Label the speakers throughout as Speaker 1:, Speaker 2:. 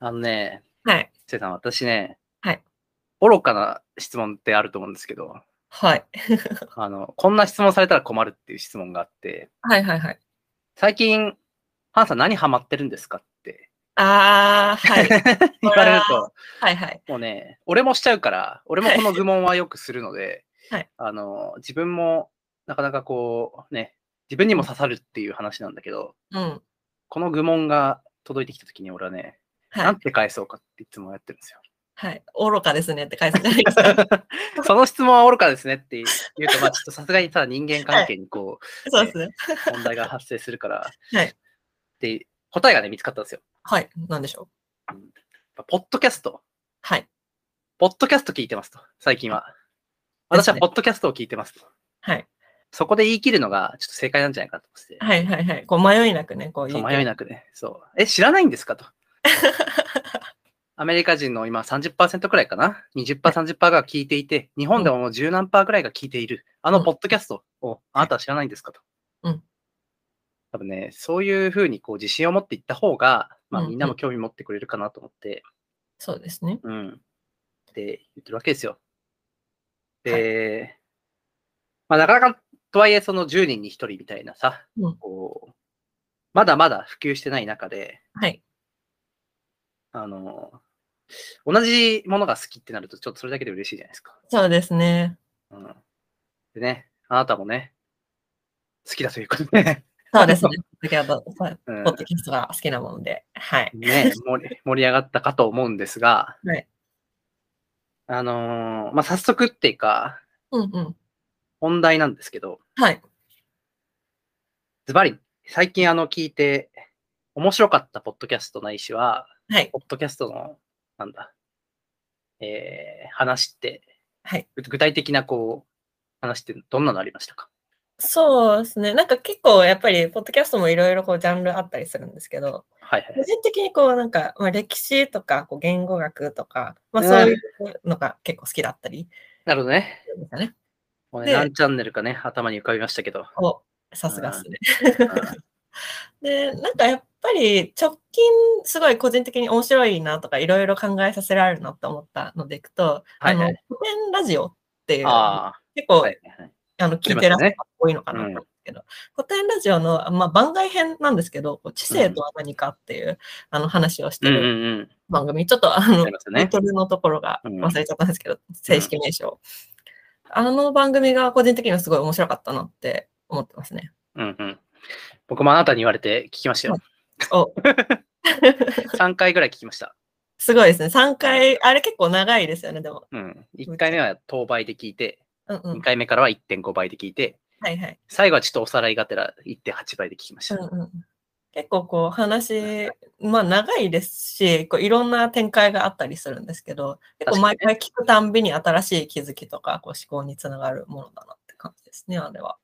Speaker 1: あのね、
Speaker 2: はい。
Speaker 1: せいさん、私ね、
Speaker 2: はい。
Speaker 1: 愚かな質問ってあると思うんですけど、
Speaker 2: はい。
Speaker 1: あの、こんな質問されたら困るっていう質問があって、
Speaker 2: はいはいはい。
Speaker 1: 最近、ハンさん何ハマってるんですかって
Speaker 2: ああ、はい。
Speaker 1: 言われると、
Speaker 2: はいはい。
Speaker 1: もうね、俺もしちゃうから、俺もこの愚問はよくするので、
Speaker 2: はい
Speaker 1: あの、自分もなかなかこう、ね、自分にも刺さるっていう話なんだけど、
Speaker 2: うん。
Speaker 1: この愚問が届いてきたときに俺はね、
Speaker 2: は
Speaker 1: ないん。て返そうかっていつもやってるんですよ。
Speaker 2: はい。愚かですねって返すじゃないです か。
Speaker 1: その質問は愚かですねって言うと、まあちょっとさすがにただ人間関係にこ
Speaker 2: そうですね。
Speaker 1: う、問題が発生するから、
Speaker 2: はい
Speaker 1: で、答えがね、見つかったんですよ。
Speaker 2: はい。なんでしょう。
Speaker 1: ポッドキャスト。
Speaker 2: はい。
Speaker 1: ポッドキャスト聞いてますと、最近は。私はポッドキャストを聞いてますと。
Speaker 2: はい。
Speaker 1: そこで言い切るのがちょっと正解なんじゃないかと思ってて
Speaker 2: はいはいはい。こう迷いなくね、こう
Speaker 1: そ
Speaker 2: 言
Speaker 1: う
Speaker 2: う。
Speaker 1: 迷いなくね。そう。え、知らないんですかと。アメリカ人の今30%くらいかな ?20%、30%が聞いていて、日本でももう十何パーくらいが聞いている、あ
Speaker 2: う
Speaker 1: の
Speaker 2: ん
Speaker 1: ポッドキャストをあなたは知らないんですかと。
Speaker 2: うん。
Speaker 1: 多分ね、そういうふうにこう自信を持っていった方が、まあ
Speaker 2: うんうん
Speaker 1: みんなも興味持ってくれるかなと思って、
Speaker 2: そうですね。
Speaker 1: うん。って言ってるわけですよ。で、まあなかなか、とはいえその10人に1人みたいなさ、
Speaker 2: うん
Speaker 1: こう、まだまだ普及してない中で、
Speaker 2: はい。
Speaker 1: あの、同じものが好きってなると、ちょっとそれだけで嬉しいじゃないですか。
Speaker 2: そうですね。
Speaker 1: うん。でね、あなたもね、好きだということでね、
Speaker 2: そうですね。先ほど、そう
Speaker 1: うん
Speaker 2: ポッドキャストが好きなもので。はい。
Speaker 1: ね盛り、盛り上がったかと思うんですが、
Speaker 2: はい
Speaker 1: あのーまあ、早速っていうか、
Speaker 2: うんうん。
Speaker 1: 本題なんですけど、
Speaker 2: はい。
Speaker 1: ズバリ、最近あの、聞いて、面白かったポッドキャストないしは、
Speaker 2: はい。
Speaker 1: ポッドキャストの、なんだ、えー、話って、
Speaker 2: はい
Speaker 1: ぐ具体的な、こう、話ってどんなのありましたか
Speaker 2: そうですね。なんか結構やっぱり、ポッドキャストもいろいろこうジャンルあったりするんですけど、
Speaker 1: はいはい
Speaker 2: 個。人的にこうなんか、まあ、歴史とかこう言語学とか、まあ、そういうのが結構好きだったり
Speaker 1: なるほどね。
Speaker 2: するんですよね。
Speaker 1: もうね
Speaker 2: で
Speaker 1: 何チャンネルかね、頭に浮かびましたけ ど。
Speaker 2: おさすがですね。
Speaker 1: うん
Speaker 2: でなんかやっぱり直近すごい個人的に面白いなとかいろいろ考えさせられるなと思ったのでいくと、
Speaker 1: はいはい
Speaker 2: あの古典ラジオっていう
Speaker 1: あ
Speaker 2: 結
Speaker 1: あ、
Speaker 2: 構、
Speaker 1: はいはい。
Speaker 2: あの聞いてらっしゃ
Speaker 1: あ
Speaker 2: る
Speaker 1: り
Speaker 2: 方多いのかなと思うんですけど、古典ラジオの、まあ、番外編なんですけどこう知性とは何かっていう、あの話をして
Speaker 1: うんうん
Speaker 2: る
Speaker 1: うん。
Speaker 2: 番組、ちょっとあの
Speaker 1: ありますよ
Speaker 2: タイ
Speaker 1: ね。
Speaker 2: トルのところが
Speaker 1: うん
Speaker 2: 忘れちゃったんですけど、正式名称。あの番組が個人的にはすごい面白かったなって思ってますね。
Speaker 1: うんうん。僕もあなたに言われて聞きましたよ。
Speaker 2: お
Speaker 1: 3回ぐらい聞きました。
Speaker 2: すごいですね。3回、あれ結構長いですよね、でも。
Speaker 1: うん。1回目は当倍で聞いて、
Speaker 2: うんう
Speaker 1: 2
Speaker 2: ん。
Speaker 1: 回目からは1.5倍で聞いて、
Speaker 2: はいはい。
Speaker 1: 最後はちょっとおさらいがてら1.8倍で聞きまし
Speaker 2: う
Speaker 1: た。
Speaker 2: んうん、結構こう話、まあ長いですし、こういろんな展開があったりするんですけど、結構毎
Speaker 1: 確か
Speaker 2: 回聞くたんびに新しい気づきとかこう思考につながるものだなって感じですね、あれは。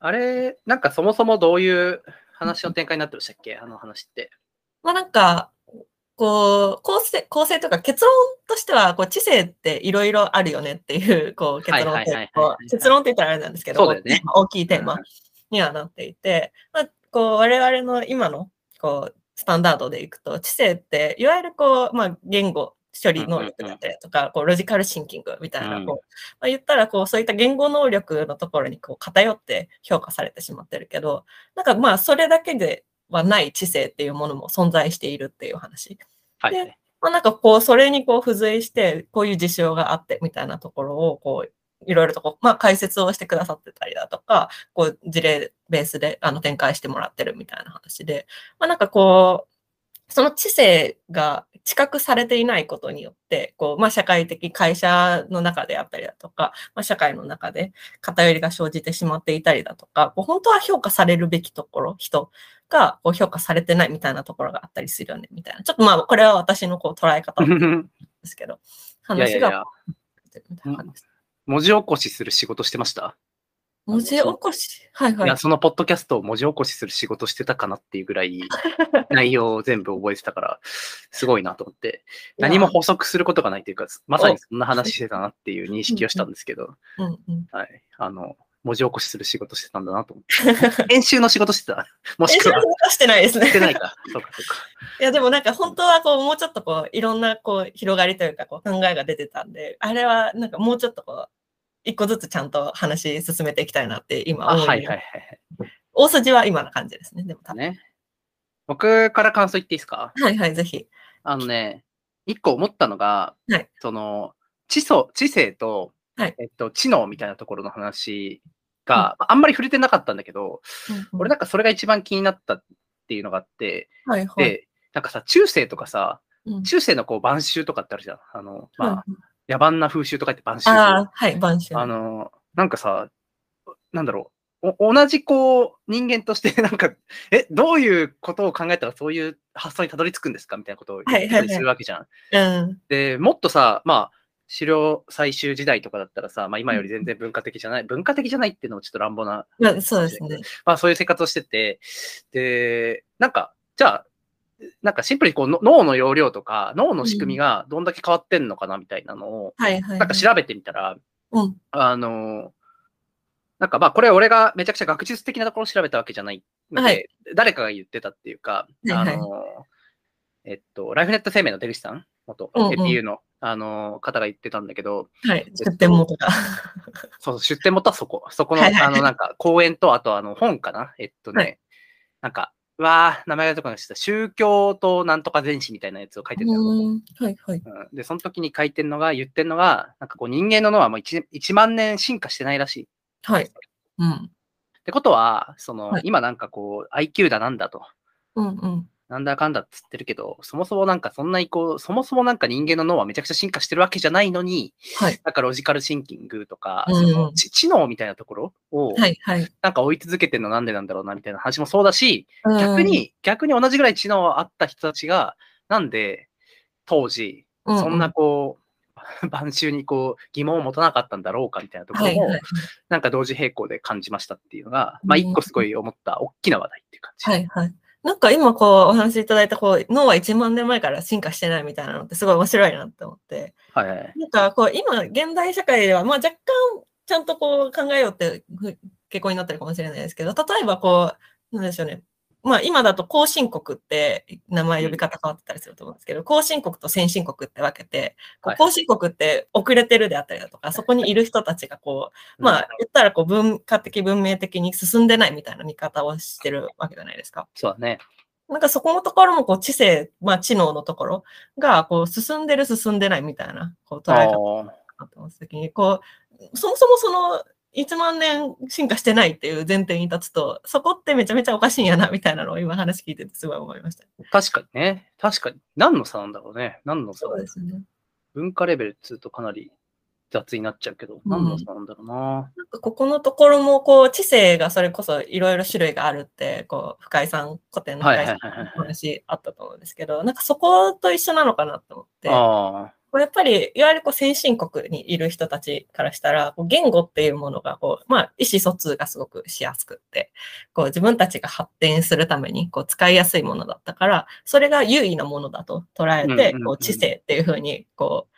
Speaker 1: あれ、なんかそもそもどういう話の展開になってましたっけあの話って。
Speaker 2: まあなんか、こう、構成、構成というか結論としては、こう、知性っていろいろあるよねっていう、こう、結論って
Speaker 1: はいはいはいはいはい
Speaker 2: こう結論って言ったらあれなんですけ
Speaker 1: そ
Speaker 2: ど、
Speaker 1: うだよね
Speaker 2: こう大きいテー
Speaker 1: う
Speaker 2: マ
Speaker 1: ん
Speaker 2: にはなっていて、まあ、こう、我々の今の、こう、スタンダードでいくと、知性って、いわゆるこう、まあ、言語処理能力だったりとか、こう、ロジカルシンキングみたいな、
Speaker 1: うん
Speaker 2: こう、まあ、言ったらこうそういった言語能力のところにこう偏って評価されてしまってるけどなんかまあそれだけではない知性っていうものも存在しているっていう話。
Speaker 1: はいはい。
Speaker 2: まあ、なんかこうそれにこう付随してこういう事象があってみたいなところをこういろいろとこう、まあ、解説をしてくださってたりだとかこう事例ベースであの展開してもらってるみたいな話で、まあ、なんかこうその知性が知覚されていないことによってこう、まあ、社会的会社の中であったりだとか、まあ、社会の中で偏りが生じてしまっていたりだとかこう本当は評価されるべきところ人がこう評価されてないみたいなところがあったりするよねみたいなちょっとまあこれは私のこう捉え方なんですけど
Speaker 1: いやいや
Speaker 2: 話
Speaker 1: い
Speaker 2: が
Speaker 1: や、
Speaker 2: みたいな感じです
Speaker 1: 文字起こしする仕事してました
Speaker 2: 文字起こしはいはいい
Speaker 1: や、そのポッドキャストを文字起こしする仕事してたかなっていうぐら い、内容を全部覚えてたから、すごいなと思って、何も補足することがないというか、まさにそんな話してたなっていう認識をしたんですけど、
Speaker 2: うんうん
Speaker 1: はい、あの、文字起こしする仕事してたんだなと思 って。編集の仕事してた。もし
Speaker 2: え
Speaker 1: く
Speaker 2: それ
Speaker 1: は
Speaker 2: は、してないですね
Speaker 1: し。てないか。そうか、そうか。
Speaker 2: いやでもなんか本当はこうもうちょっとこういろんなこう広がりというかこう考えが出てたんであれはなんかもうちょっとこう一個ずつちゃんと話進めていきたいなって今
Speaker 1: あ、
Speaker 2: 思
Speaker 1: は
Speaker 2: う
Speaker 1: いはいはい
Speaker 2: 大筋は今の感じですねでも多
Speaker 1: はい。
Speaker 2: 分
Speaker 1: ね。僕から感想言っていいですか
Speaker 2: はいはいぜひ
Speaker 1: あのね、一個思ったのが、
Speaker 2: はい
Speaker 1: その、知素知性と、
Speaker 2: はい
Speaker 1: えっと、知能みたいなところの話が、あんまり触れてなかったんだけど、俺
Speaker 2: だ
Speaker 1: なんかそれが一番気になったっていうのがあって、
Speaker 2: はいはい
Speaker 1: で、なんかさ、中世とかさ、
Speaker 2: うん
Speaker 1: 中世のこう、晩秋とかってあるじゃん。あの、まあ、
Speaker 2: はい
Speaker 1: 野蛮な風習とか言って晩秋と
Speaker 2: あ
Speaker 1: か
Speaker 2: あはい晩秋
Speaker 1: あの、なんかさ、なんだろう。お同じこう人間として なんかえどういうことを考えたらそういう発想にたどり着くんですかみたいなことを言
Speaker 2: はいはい
Speaker 1: ったりするわけじゃん。
Speaker 2: うん
Speaker 1: でもっとさまあ狩猟採集時代とかだったらさ、まあ、今より全然文化的じゃない、文化的じゃないっていうのもちょっと乱暴な、
Speaker 2: まあそうですね
Speaker 1: まあ、そういう生活をしててでなんかじゃあなんかシンプルにこうの脳の容量とか脳の仕組みがどんだけ変わってんのかなみたいなのを、
Speaker 2: はいはい
Speaker 1: なんか調べてみたら
Speaker 2: うん
Speaker 1: あの、なんかまあこれ俺がめちゃくちゃ学術的なところを調べたわけじゃないので、
Speaker 2: はい
Speaker 1: 誰かが言ってたっていうか、
Speaker 2: いはい
Speaker 1: あの、えっと、ライフネット生命の出口さん、元
Speaker 2: うんうん
Speaker 1: APU の、あの方が言ってたんだけど、
Speaker 2: はい出店元が
Speaker 1: そうそう出典元はそこ、そこの、
Speaker 2: はいはい
Speaker 1: あのなんか講演と、あとあの本かな、えっとね、
Speaker 2: はい
Speaker 1: なんか、うわあ名前がとかしてた、宗教となんとか全史みたいなやつを書いてたの。
Speaker 2: うんはいはい
Speaker 1: うんで、その時に書いてんのが、言ってんのが、なんかこう人間の脳はもう 1, 1万年進化してないらしい。
Speaker 2: はいうん
Speaker 1: ってことは、その、
Speaker 2: はい
Speaker 1: 今なんかこう、IQ だなんだと、
Speaker 2: うんうん
Speaker 1: なんだかんだっつってるけど、そもそもなんかそんなにこう、そもそもなんか人間の脳はめちゃくちゃ進化してるわけじゃないのに、
Speaker 2: はい
Speaker 1: なんかロジカルシンキングとか、
Speaker 2: うんうん
Speaker 1: その知知能みたいなところを、
Speaker 2: はいはい
Speaker 1: なんか追い続けてるのなんでなんだろうなみたいな話もそうだし、
Speaker 2: うん
Speaker 1: 逆に、逆に同じぐらい知能あった人たちが、なんで当時、
Speaker 2: うう
Speaker 1: そんなこう、晩秋にこう疑問を持たなかったんだろうかみたいなとこ
Speaker 2: は
Speaker 1: ろ
Speaker 2: い
Speaker 1: も、
Speaker 2: はい
Speaker 1: なんか同時並行で感じましたっていうのが、まあ
Speaker 2: うん
Speaker 1: 一個すごい思った大きな話題っていう感じ。
Speaker 2: はいはい。なんか今こうお話しいただいたこう脳は1万年前から進化してないみたいなのってすごい面白いなって思って。
Speaker 1: はいはい。
Speaker 2: なんかこう今現代社会ではまあ若干ちゃんとこう考えようってふ傾向になってるかもしれないですけど、例えばこう、なんでしょうね。まあ今だと後進国って名前呼び方変わってたりすると思うんですけど、後進国と先進国って分けて、こう
Speaker 1: はい
Speaker 2: 後進国って遅れてるであったりだとか、そこにいる人たちがこう、まあ、言ったらこう文化的文明的に進んでないみたいな見方をしてるわけじゃないですか。
Speaker 1: そうだね。
Speaker 2: なんかそこのところもこう知性、まあ知能のところがこう進んでる進んでないみたいなこう捉え方に
Speaker 1: あー
Speaker 2: なってます時にこうそもそもその1万年進化してないっていう前提に立つとそこってめちゃめちゃおかしいんやなみたいなのを今話聞いててすごい思いました。
Speaker 1: 確かにね。確かに。何の差なんだろうね。何の差
Speaker 2: そうですね。
Speaker 1: 文化レベル2とかなり雑になっちゃうけど、
Speaker 2: ん
Speaker 1: 何の差なんだろうな。
Speaker 2: なんかここのところもこう知性がそれこそいろいろ種類があるってこう深井さん古典の深井さん
Speaker 1: はいはいはいはい
Speaker 2: のお話あったと思うんですけどなんかそこと一緒なのかなと思ってこ
Speaker 1: あ
Speaker 2: うやっぱりいわゆるこう先進国にいる人たちからしたらこう言語っていうものがこう、まあ、意思疎通がすごくしやすくってこう自分たちが発展するためにこう使いやすいものだったからそれが優位なものだと捉え
Speaker 1: うんうん
Speaker 2: て
Speaker 1: うん
Speaker 2: こう知性っていうふうにこ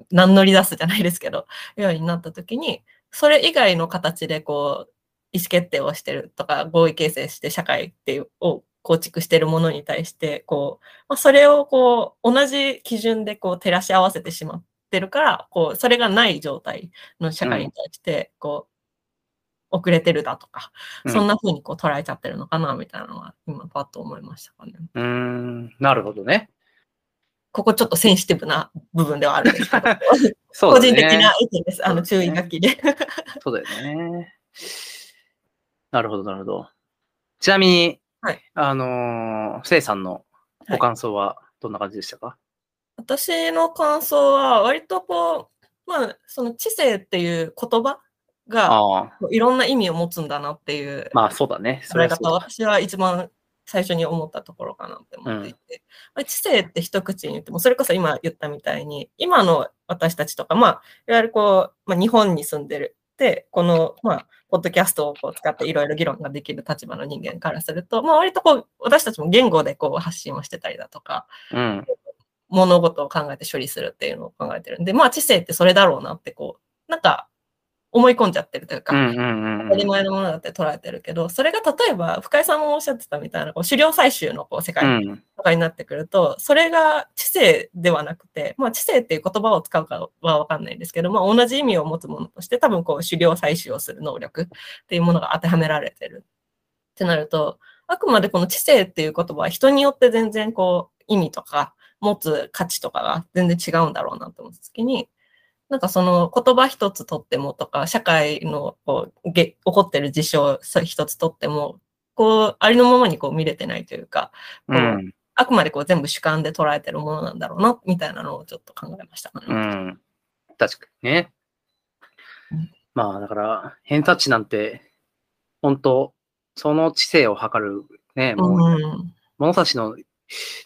Speaker 2: う何乗り出すじゃないですけどようになった時にそれ以外の形でこう意思決定をしてるとか合意形成して社会っていうを構築してるものに対してこう、まあ、それをこう同じ基準でこう照らし合わせてしまってるからこうそれがない状態の社会に対してこう、遅れてるだとか、
Speaker 1: あ。
Speaker 2: そんな風にこう捉えちゃってるのかなみたいなのは今パッと思いましたかね。
Speaker 1: うん。うーん。なるほどね。
Speaker 2: ここちょっとセンシティブな部分ではあるんですけど、
Speaker 1: そう
Speaker 2: 個
Speaker 1: だね。
Speaker 2: 人的な意見です。あの
Speaker 1: そう
Speaker 2: 注
Speaker 1: だね
Speaker 2: 意書きで。
Speaker 1: そうだよね。なるほど、なるほど。ちなみに、
Speaker 2: はい
Speaker 1: あのー、せいさんの
Speaker 2: は
Speaker 1: ご
Speaker 2: い
Speaker 1: 感想はどんな感じでしたか、
Speaker 2: 私の感想は割とこう、まあ、その知性っていう言葉が
Speaker 1: ああ。
Speaker 2: いろんな意味を持つんだなっていう
Speaker 1: まあ、そうだね。そ
Speaker 2: 捉
Speaker 1: れ
Speaker 2: え
Speaker 1: はそうだ
Speaker 2: 方は私は一番最初に思ったところかなって思っていて、まあ知性って一口に言ってもそれこそ今言ったみたいに今の私たちとか、まあ、いわゆるこう、まあ、日本に住んでるでこの、まあ、ポッドキャストをこう使っていろいろ議論ができる立場の人間からすると、まあ、割とこう私たちも言語でこう発信をしてたりだとか、
Speaker 1: うん。
Speaker 2: 物事を考えて処理するっていうのを考えてるんで、まあ知性ってそれだろうなってこう、なんか思い込んじゃってるというか、
Speaker 1: うんうんうん
Speaker 2: 当たり前のものだって捉えてるけど、それが例えば、深井さんもおっしゃってたみたいな、こう狩猟採集のこう世
Speaker 1: う
Speaker 2: 界
Speaker 1: ん
Speaker 2: とかになってくると、それが知性ではなくて、まあ、知性っていう言葉を使うかはわかんないんですけど、まあ、同じ意味を持つものとして、多分こう狩猟採集をする能力っていうものが当てはめられてるってなると、あくまでこの知性っていう言葉は人によって全然こう意味とか持つ価値とかが全然違うんだろうなと思った時に、なんかその言葉一つとってもとか、社会のこうげ起こってる事象そう一つとっても、こうありのままにこう見れてないというか、
Speaker 1: うん
Speaker 2: あくまでこう全部主観で捉えてるものなんだろうな、みたいなのをちょっと考えました、ね
Speaker 1: うん確かにね
Speaker 2: うん。
Speaker 1: まあだから、偏差値なんて、本当その知性を測る、ね、もう
Speaker 2: うん。
Speaker 1: 物差しの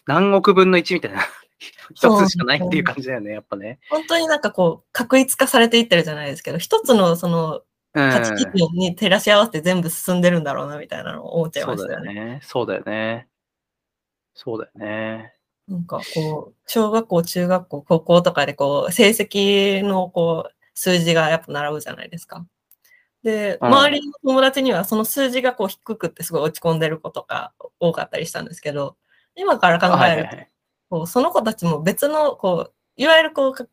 Speaker 1: 何億分の1みたいな
Speaker 2: そう
Speaker 1: 一つしかないっていう感じだよね、やっぱね。
Speaker 2: 本当になんかこう、確一化されていってるじゃないですけど、一つのその
Speaker 1: うん、
Speaker 2: 価値基準に照らし合わせて全部進んでるんだろうな、みたいなのを思っちゃい
Speaker 1: そ
Speaker 2: ま
Speaker 1: う
Speaker 2: した
Speaker 1: だ
Speaker 2: よ
Speaker 1: よ
Speaker 2: ね。
Speaker 1: ね。そうだよね。そうだよね。
Speaker 2: なんかこう、小学校、中学校、高校とかでこう、成績のこう、数字がやっぱ並ぶじゃないですか。で、
Speaker 1: うん
Speaker 2: 周りの友達にはその数字がこう低くってすごい落ち込んでる子とか多かったりしたんですけど、今から考
Speaker 1: はいは
Speaker 2: え
Speaker 1: い
Speaker 2: る
Speaker 1: は
Speaker 2: と
Speaker 1: い。
Speaker 2: こうその子たちも別のこういわゆるこうか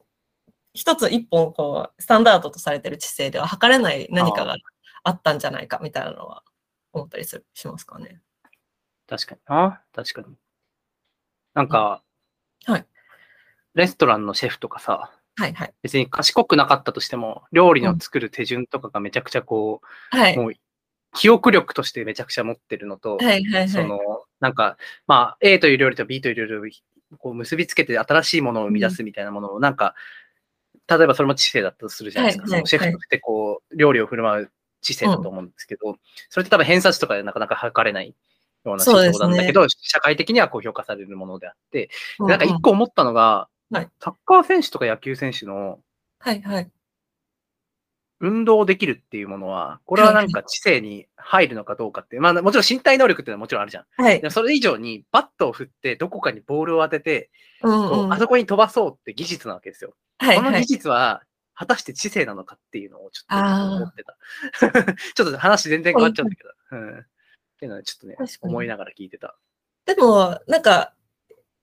Speaker 2: 一つ一本こうスタンダードとされてる知性では測れない何かがあったんじゃないかみたいなのは思ったりするしますかね。
Speaker 1: 確かにな。確かに。なんか、
Speaker 2: はい
Speaker 1: レストランのシェフとかさ、
Speaker 2: はいはい。
Speaker 1: 別に賢くなかったとしても、料理の作る手順とかがめちゃくちゃこう、
Speaker 2: はい。は
Speaker 1: もう、記憶力としてめちゃくちゃ持ってるのと、
Speaker 2: いはい
Speaker 1: そ
Speaker 2: はい。
Speaker 1: の、なんか、まあ、A という料理と B という料理をこう結びつけて新しいものを生み出すみたいなものを、なんか、例えばそれも知性だったとするじゃないですか。
Speaker 2: はい
Speaker 1: そのシェフってこう、料理を振る舞う知性だと思うんですけど、それって多分偏差値とかでなかなか測れないような
Speaker 2: そう
Speaker 1: 思
Speaker 2: で
Speaker 1: 想
Speaker 2: すね
Speaker 1: なんだけど、社会的にはこう評価されるものであって、でなんか
Speaker 2: うんう
Speaker 1: 一
Speaker 2: ん
Speaker 1: 個思ったのが、
Speaker 2: はい
Speaker 1: サッカー選手とか野球選手の
Speaker 2: はいはい。
Speaker 1: 運動できるっていうものは、これはなんか知性に入るのかどうかって、まあもちろん身体能力っていうのはもちろんあるじゃん。
Speaker 2: はい
Speaker 1: で。もそれ以上にバットを振ってどこかにボールを当てて、
Speaker 2: うん
Speaker 1: こ
Speaker 2: う
Speaker 1: うんあそこに飛ばそうって技術なわけですよ。
Speaker 2: はい
Speaker 1: この
Speaker 2: は
Speaker 1: 技
Speaker 2: い。
Speaker 1: 術は果たして知性なのかっていうのをちょっ
Speaker 2: あ
Speaker 1: と
Speaker 2: ー
Speaker 1: 思ってた。 ちょっと話全然変わっちゃうんだけど。うん、っていうのはちょっとね
Speaker 2: 確か、に
Speaker 1: 思いながら聞いてた。
Speaker 2: でも、なんか、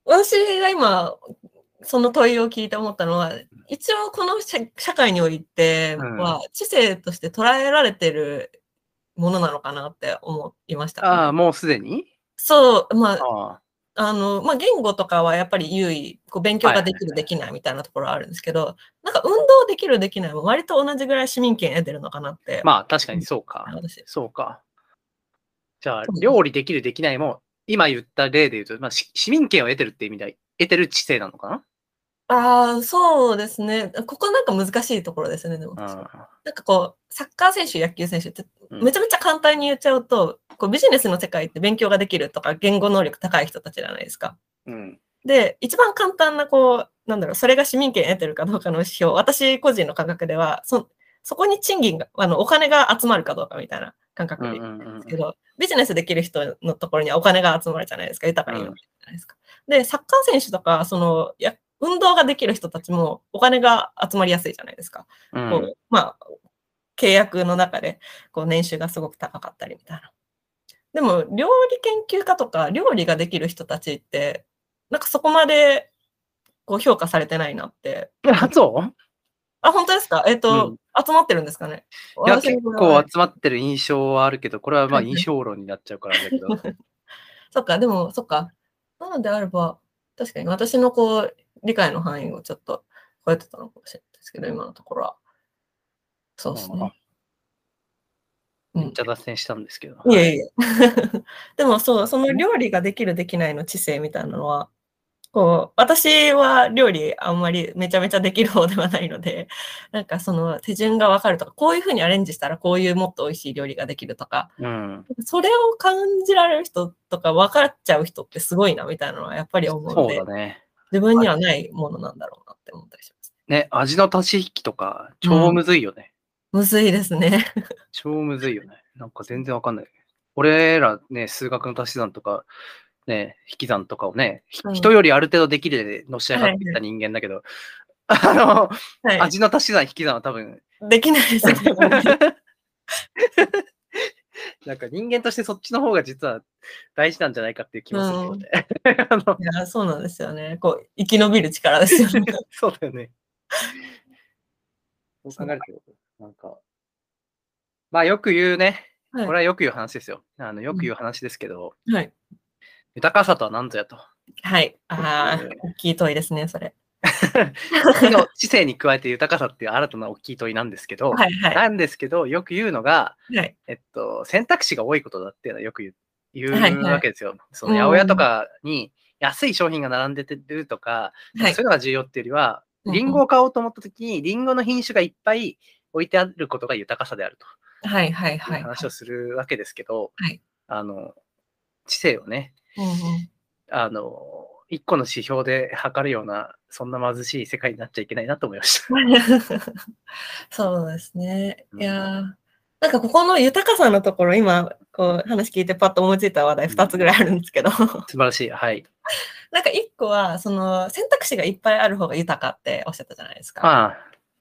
Speaker 2: 私が今、その問いを聞いて思ったのは、一応この社社会においては、知性として捉えられてるものなのかなって思いました。
Speaker 1: ああ、もうすでに
Speaker 2: そう、まあ、
Speaker 1: ああ、
Speaker 2: あの、まあ、言語とかはやっぱり優位、こう勉強
Speaker 1: はいは
Speaker 2: が
Speaker 1: いはい
Speaker 2: できる、できないみたいなところはあるんですけど、なんか運動できる、できないも割と同じぐらい市民権得てるのかなって。
Speaker 1: まあ確かにそうか。
Speaker 2: 私
Speaker 1: そうか。じゃあ
Speaker 2: そう、ね
Speaker 1: 料理できる、できないも、今言った例で言うと、まあ、し市民権を得てるって意味で、得てる知性なのか
Speaker 2: ああ、そうですね。ここなんか難しいところですね、でも。
Speaker 1: な
Speaker 2: なんかこう、サッカー選手、野球選手って、
Speaker 1: うん
Speaker 2: めちゃめちゃ簡単に言っちゃうと、こうビジネスの世界って勉強ができるとか、言語能力高い人たちじゃないですか。
Speaker 1: うん。うん。
Speaker 2: で、一番簡単な、こう、なんだろう、それが市民権得てるかどうかの指標、私個人の感覚では、そそこに賃金が、あの、お金が集まるかどうかみたいな感覚
Speaker 1: う
Speaker 2: で
Speaker 1: ん
Speaker 2: 言
Speaker 1: う
Speaker 2: うん
Speaker 1: うん
Speaker 2: んですけど、ビジネスできる人のところにはお金が集まるじゃないですか、豊かになるじゃないですか。で、サッカー選手とか、その、や運動ができる人たちもお金が集まりやすいじゃないですか。
Speaker 1: うん。
Speaker 2: こうまあ、契約の中でこう年収がすごく高かったりみたいな。でも、料理研究家とか料理ができる人たちって、なんかそこまでこう評価されてないなって。
Speaker 1: あそう
Speaker 2: あ、本当ですかえっ、と、
Speaker 1: うん
Speaker 2: 集まってるんですかね
Speaker 1: いや
Speaker 2: 私
Speaker 1: 結
Speaker 2: の場合は
Speaker 1: 構集まってる印象はあるけど、これはまあ
Speaker 2: はいはい
Speaker 1: 印象論になっちゃうからだけど。
Speaker 2: そっか、でも、そっか。なのであれば、確かに私のこう、理解の範囲をちょっと超えてたのかもしれないですけど、今のところは。そうですね。 うん
Speaker 1: めっちゃ脱線したんですけど。
Speaker 2: いえいえ。 でもそう、その料理ができるできないの知性みたいなのは、こう、私は料理あんまりめちゃめちゃできる方ではないので、 なんかその手順がわかるとか、こういうふうにアレンジしたらこういうもっと美味しい料理ができるとか、
Speaker 1: うん。
Speaker 2: それを感じられる人とか分かっちゃう人ってすごいなみたいなのはやっぱり思うの
Speaker 1: そう
Speaker 2: で、
Speaker 1: だね。
Speaker 2: 自分にはないものなんだろうなって思ったりします。
Speaker 1: ね、味の足し引きとか、超むずいよね。
Speaker 2: むずいですね。
Speaker 1: 超むずいよね。なんか全然わかんない。俺らね、数学の足し算とか、ね、引き算とかをね、ひ
Speaker 2: うん
Speaker 1: 人よりある程度できるでのし上がってきた人間だけど、あの、
Speaker 2: はい。
Speaker 1: 味の足し算、引き算は多分、
Speaker 2: できない 世界もね
Speaker 1: なんか人間としてそっちの方が実は大事なんじゃないかっていう気もするよね。あの
Speaker 2: いや、そうなんですよね。こう、生き延びる力ですよね。
Speaker 1: そうだよね。そう考えると、なんか、まあよく言うね、
Speaker 2: はい
Speaker 1: これはよく言う話ですよ。あのよく言う話ですけど、
Speaker 2: はい。
Speaker 1: 豊かさとは何ぞ やと。
Speaker 2: はい。ああ、大きい問いですね、それ。
Speaker 1: 知の知性に加えて豊かさっていう新たな大きい問いなんですけど、
Speaker 2: はいは
Speaker 1: なんですけど、よく言うのが、
Speaker 2: い。はい。
Speaker 1: えっと、選択肢が多いことだっていうのはよく言う言
Speaker 2: はいはいう
Speaker 1: わけですよ。その
Speaker 2: うん
Speaker 1: 八百屋とかに安い商品が並んでてるとか、
Speaker 2: はい
Speaker 1: そういうのが重要っていうよりは、
Speaker 2: うんうん
Speaker 1: リンゴを買おうと思った時に、リンゴの品種がいっぱい置いてあることが豊かさである
Speaker 2: はいはい
Speaker 1: とい
Speaker 2: は
Speaker 1: う
Speaker 2: い。
Speaker 1: 話をするわけですけど、
Speaker 2: はい
Speaker 1: あの知性をね、
Speaker 2: うんうん
Speaker 1: あの、一個の指標で測るような、そんな貧しい世界になっちゃいけないなと思いました。
Speaker 2: そうですね
Speaker 1: う。ん
Speaker 2: いやーなんかここの豊かさのところ、今、こう話聞いてパッと思いついた話題2つぐらいあるんですけど、
Speaker 1: 素晴らしい。はい。
Speaker 2: なんか1個は、その選択肢がいっぱいある方が豊かっておっしゃったじゃないですか。
Speaker 1: あ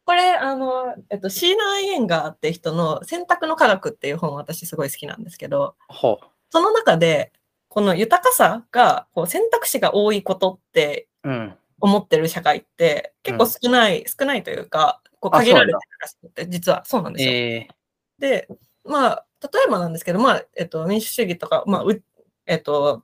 Speaker 2: これ、あの、えっと、シーナ・イエンガーって人の選択の科学っていう本私すごい好きなんですけど、
Speaker 1: あ、ほ
Speaker 2: その中で、この豊かさが、こう選択肢が多いことって
Speaker 1: う。うん。
Speaker 2: 思ってる社会って結構少ない、少ないというか、こう
Speaker 1: あ
Speaker 2: 限られて
Speaker 1: そ
Speaker 2: るらしくて、実はそうなんですよ。
Speaker 1: え
Speaker 2: で、まあ、例えばなんですけど、まあ、えっと、民主主義とか、まあ、うえっと、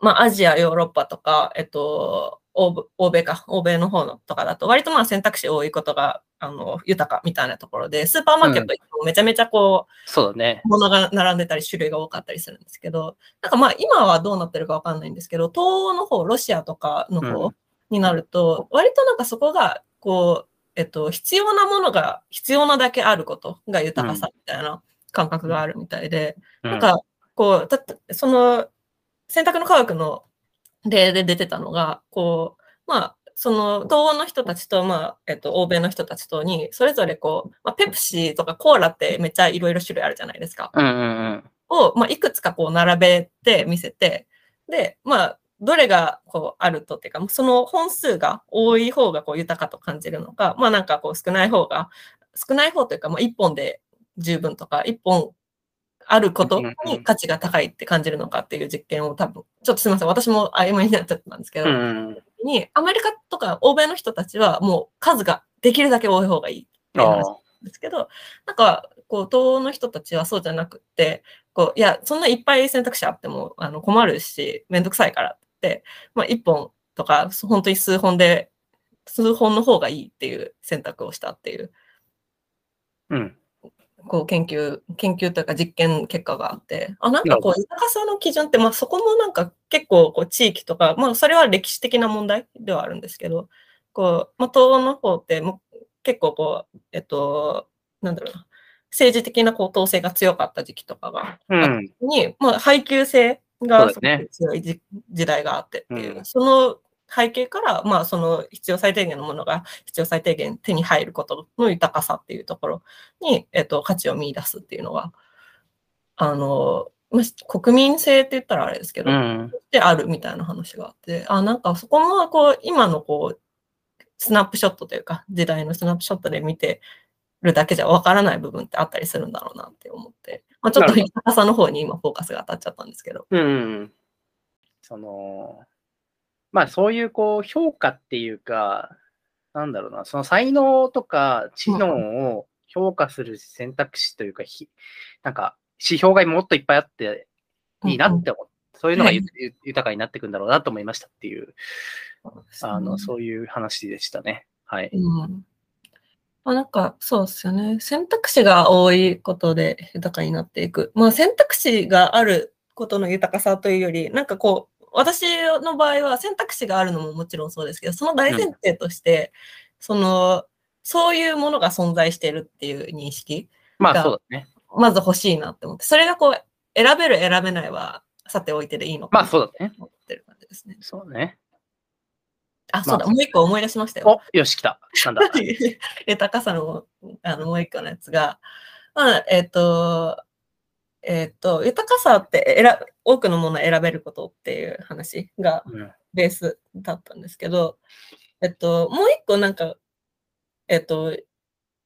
Speaker 2: まあ、アジア、ヨーロッパとか、えっと、欧米欧米か、欧米の方のとかだと、割とまあ選択肢多いことが、あの、豊かみたいなところで、スーパーマーケット行ってもめちゃめちゃこう、
Speaker 1: ー、そうだね。
Speaker 2: 物が並んでたり、種類が多かったりするんですけど、なんかまあ、今はどうなってるかわかんないんですけど、東欧の方、ロシアとかの
Speaker 1: う
Speaker 2: 方になると、割となんかそこが、こう、えっと、必要なものが、必要なだけあることが豊かさみたいな感覚があるみたいで、
Speaker 1: な
Speaker 2: なん、か、こう、たその、選択の科学の例で出てたのが、こう、まあ、その、東欧の人たちと、まあ、えっと、欧米の人たちとに、それぞれこう、まあ、ペプシとかコーラってめっちゃいろいろ種類あるじゃないですか。
Speaker 1: うんうんうん。
Speaker 2: を、まあ、いくつかこう、並べて見せて、で、まあ、どれがこうあるとっていうか、その本数が多い方がこう豊かと感じるのか、まあなんかこう少ない方が、少ない方というか、まあ一本で十分とか、一本あること
Speaker 1: うんうんう
Speaker 2: に
Speaker 1: ん
Speaker 2: 価値が高いって感じるのかっていう実験を多分、ちょっとすみません、私も曖昧になっちゃったんですけど、
Speaker 1: うんうん
Speaker 2: にアメリカとか欧米の人たちはもう数ができるだけ多い方がいいっていう話
Speaker 1: あ
Speaker 2: ですけど、なんか、こう、東欧の人たちはそうじゃなくって、こう、いや、そんないっぱい選択肢あってもあの困るし、めんどくさいからって、まあ、一本とか、そ本当に数本で、数本の方がいいっていう選択をしたっていう、
Speaker 1: ーうん。
Speaker 2: こう、研究、研究というか実験結果があって、あ、なん
Speaker 1: な
Speaker 2: かこ
Speaker 1: るほど
Speaker 2: う、豊かさの基準って、まあ、そこもなんか結構、こう、地域とか、まあ、それは歴史的な問題ではあるんですけど、こう、まあ、東欧の方ってもう結構こう、えっと、なんだろうな、政治的なこう統制が強かった時期とかが、
Speaker 1: うん。
Speaker 2: に、まあ、配給制
Speaker 1: そう
Speaker 2: が
Speaker 1: だね
Speaker 2: すごい強い時時代があってっていう、
Speaker 1: うん
Speaker 2: その背景から、まあ、その必要最低限のものが必要最低限手に入ることの豊かさっていうところに、えっと、価値を見出すっていうのが、あの、まあ国民性って言ったらあれですけど、
Speaker 1: うん。
Speaker 2: であるみたいな話があって、あ、なんかそこもこう、今のこう、スナップショットというか、時代のスナップショットで見てるだけじゃわからない部分ってあったりするんだろうなって思って、まあ、ちょっと
Speaker 1: なるほど
Speaker 2: 豊かさの方に今フォーカスが当たっちゃったんですけど。
Speaker 1: うんうん。その、まあそういうこう評価っていうか、なんだろうな、その才能とか知能を評価する選択肢というか、ひなんか指標がもっといっぱいあっていいなって思って、そういうのがゆゆ豊かになっていくんだろうなと思いましたっていう、あの、そういう話でしたね。はい。
Speaker 2: うん。まあ、なんか、そうですよね。選択肢が多いことで豊かになっていく。まあ、選択肢があることの豊かさというより、なんかこう、私の場合は選択肢があるのももちろんそうですけど、その大前提として、その、そういうものが存在しているっていう認識、
Speaker 1: まあそうだね。
Speaker 2: まず欲しいなって思って、それがこう、選べる、選べないは、さておいてでいいのか
Speaker 1: ま
Speaker 2: な
Speaker 1: あそうだね。
Speaker 2: と思ってる感じですね。
Speaker 1: そうだね。
Speaker 2: あ、そうだ、
Speaker 1: まあ
Speaker 2: もう一個思い出しましたよ。
Speaker 1: およし、来た。なん だ。
Speaker 2: 豊かさのあのもう一個のやつが、まあ、えっ、と、えっ、と、豊かさって選多くのものを選べることっていう話が
Speaker 1: うん
Speaker 2: ベースだったんですけど、えっと、もう一個なんか、えっと、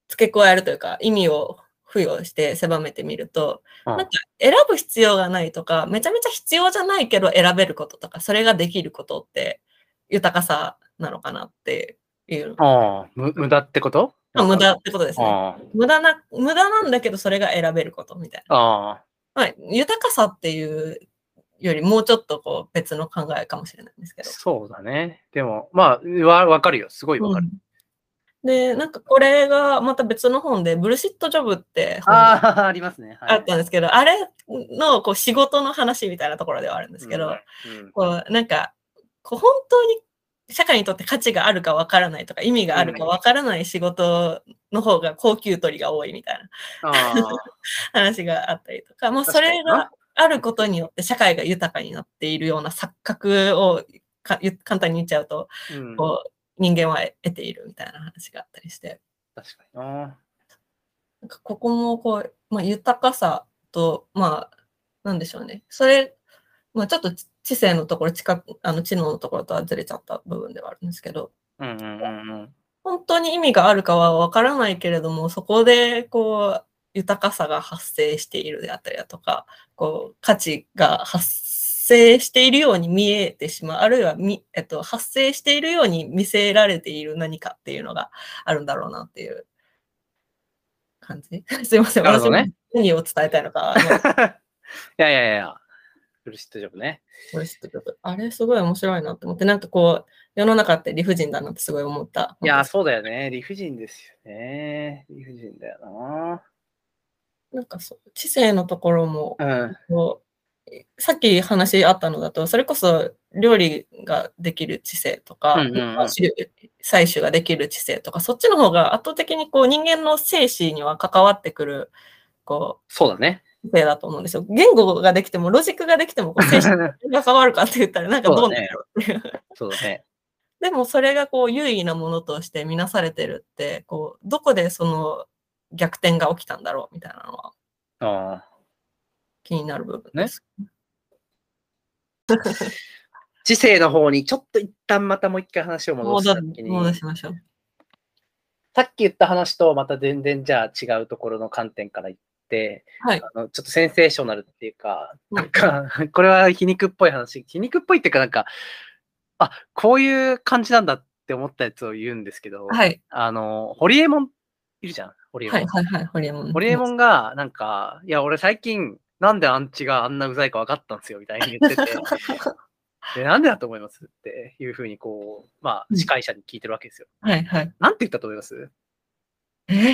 Speaker 2: 付け加えるというか、意味を付与して狭めてみると、
Speaker 1: うん
Speaker 2: なんか選ぶ必要がないとか、めちゃめちゃ必要じゃないけど選べることとか、それができることって豊かさなのかなっていう。
Speaker 1: ああ、む無駄ってこと
Speaker 2: まあ無駄ってことですね。
Speaker 1: あ
Speaker 2: 無駄な、無駄なんだけどそれが選べることみたいな。
Speaker 1: あ、あ
Speaker 2: まあ、豊かさっていうよりもうちょっとこう別の考えかもしれないんですけ
Speaker 1: あ、
Speaker 2: ど。
Speaker 1: そうだね。でも、まあ、わわかるよ。すごいわかる。
Speaker 2: うんで、なんかこれがまた別の本で、ブルシットジョブって本が
Speaker 1: ああ、ありますね。はい
Speaker 2: あったんですけど、あれのこう仕事の話みたいなところではあるんですけど、
Speaker 1: うん
Speaker 2: こうなんかこう本当に社会にとって価値があるかわからないとか意味があるかわからない仕事の方が高級取りが多いみたいな
Speaker 1: ああ、
Speaker 2: 話があったりとか、まあ、
Speaker 1: 確
Speaker 2: そ
Speaker 1: かに
Speaker 2: れがあることによって社会が豊かになっているような錯覚をかゆ簡単に言っちゃうと
Speaker 1: うん、確
Speaker 2: こう人間は得ているみたいな話があったりして
Speaker 1: かにな。
Speaker 2: なんかここもこう、まあ、豊かさと、まあ、なんでしょうね。それ、まあ、ちょっと知知性のところ、近く、あの知能のところとはずれちゃった部分ではあるんですけど、
Speaker 1: うんうんうん うん。
Speaker 2: 本当に意味があるかはわからないけれども、そこで、こう、豊かさが発生しているであったりだとか、こう、価値が発生しているように見えてしまう、あるいはみ、えっと、発生しているように見せられている何かっていうのがあるんだろうなっていう感じ。 すいません、
Speaker 1: なるほ
Speaker 2: 私
Speaker 1: どね
Speaker 2: も何を伝えたいのか、あの
Speaker 1: いやいやいや、フルシットジョブね。
Speaker 2: これちょっとあれすごい面白いなって思って、なんかこう、世の中って理不尽だなってすごい思った。
Speaker 1: いや、そうだよね。理不尽ですよね。理不尽だよ
Speaker 2: なんかそう、知性のところも、
Speaker 1: な。うん。
Speaker 2: こうさっき話あったのだと、それこそ料理ができる知性とか、
Speaker 1: うんうんうん
Speaker 2: し採取ができる知性とか、そっちの方が圧倒的にこう人間の生死には関わってくる、こ
Speaker 1: そうだ ね。
Speaker 2: う、知性だと思うんですよ。言語ができても、ロジックができても、こ う生死に関わるかって言ったら、なんかどうなんだろうっていう。
Speaker 1: そうだね。
Speaker 2: でもそれがこう優位なものとして見なされてるって、こう、どこでその逆転が起きたんだろうみたいなのは
Speaker 1: ああ
Speaker 2: 気になる部分です。
Speaker 1: 知性の方にちょっと一旦またもう一回話を戻
Speaker 2: 戻
Speaker 1: す
Speaker 2: る
Speaker 1: 時
Speaker 2: 戻
Speaker 1: に、
Speaker 2: しましょう。
Speaker 1: さっき言った話とまた全然じゃあ違うところの観点から言って、
Speaker 2: はい。
Speaker 1: あのちょっとセンセーショナルっていうか、
Speaker 2: うん
Speaker 1: なんか、 これは皮肉っぽい話、皮肉っぽいっていうかなんか、あ、こういう感じなんだって思ったやつを言うんですけど、
Speaker 2: はい。
Speaker 1: あの、ホリエモンいるじゃん、ホリエモン。
Speaker 2: はいはいはい、ホリエモン。
Speaker 1: ホリエモンが、なんか、いや、俺最近、なんでアンチがあんなうざいか分かったんですよ、みたいに言って て。で、なんでだと思いますっていうふうに、こう、ま
Speaker 2: う
Speaker 1: あ、
Speaker 2: ん
Speaker 1: 司会者に聞いてるわけですよ。
Speaker 2: はいはい。
Speaker 1: なんて言ったと思います
Speaker 2: え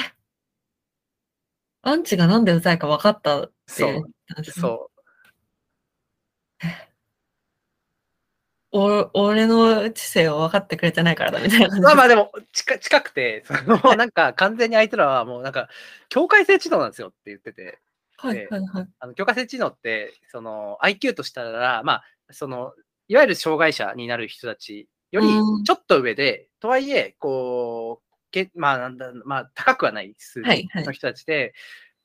Speaker 2: アンチがなんでうざいか分かったって
Speaker 1: そ
Speaker 2: いうう。、う。
Speaker 1: そう。
Speaker 2: お俺の知性を分かってくれてないからだみたいな感じ。
Speaker 1: まあまあでも、近近くて、その、なんか完全に相手らはもうなんか、境界性知能なんですよって言ってて、
Speaker 2: はいはいはい。
Speaker 1: あの境界性知能って、その、IQ としたら、まあ、その、いわゆる障害者になる人たちより
Speaker 2: うん
Speaker 1: ちょっと上で、とはいえ、こう、けまあ、なんだ、まあ、高くはない数
Speaker 2: はいはい
Speaker 1: の人たちで、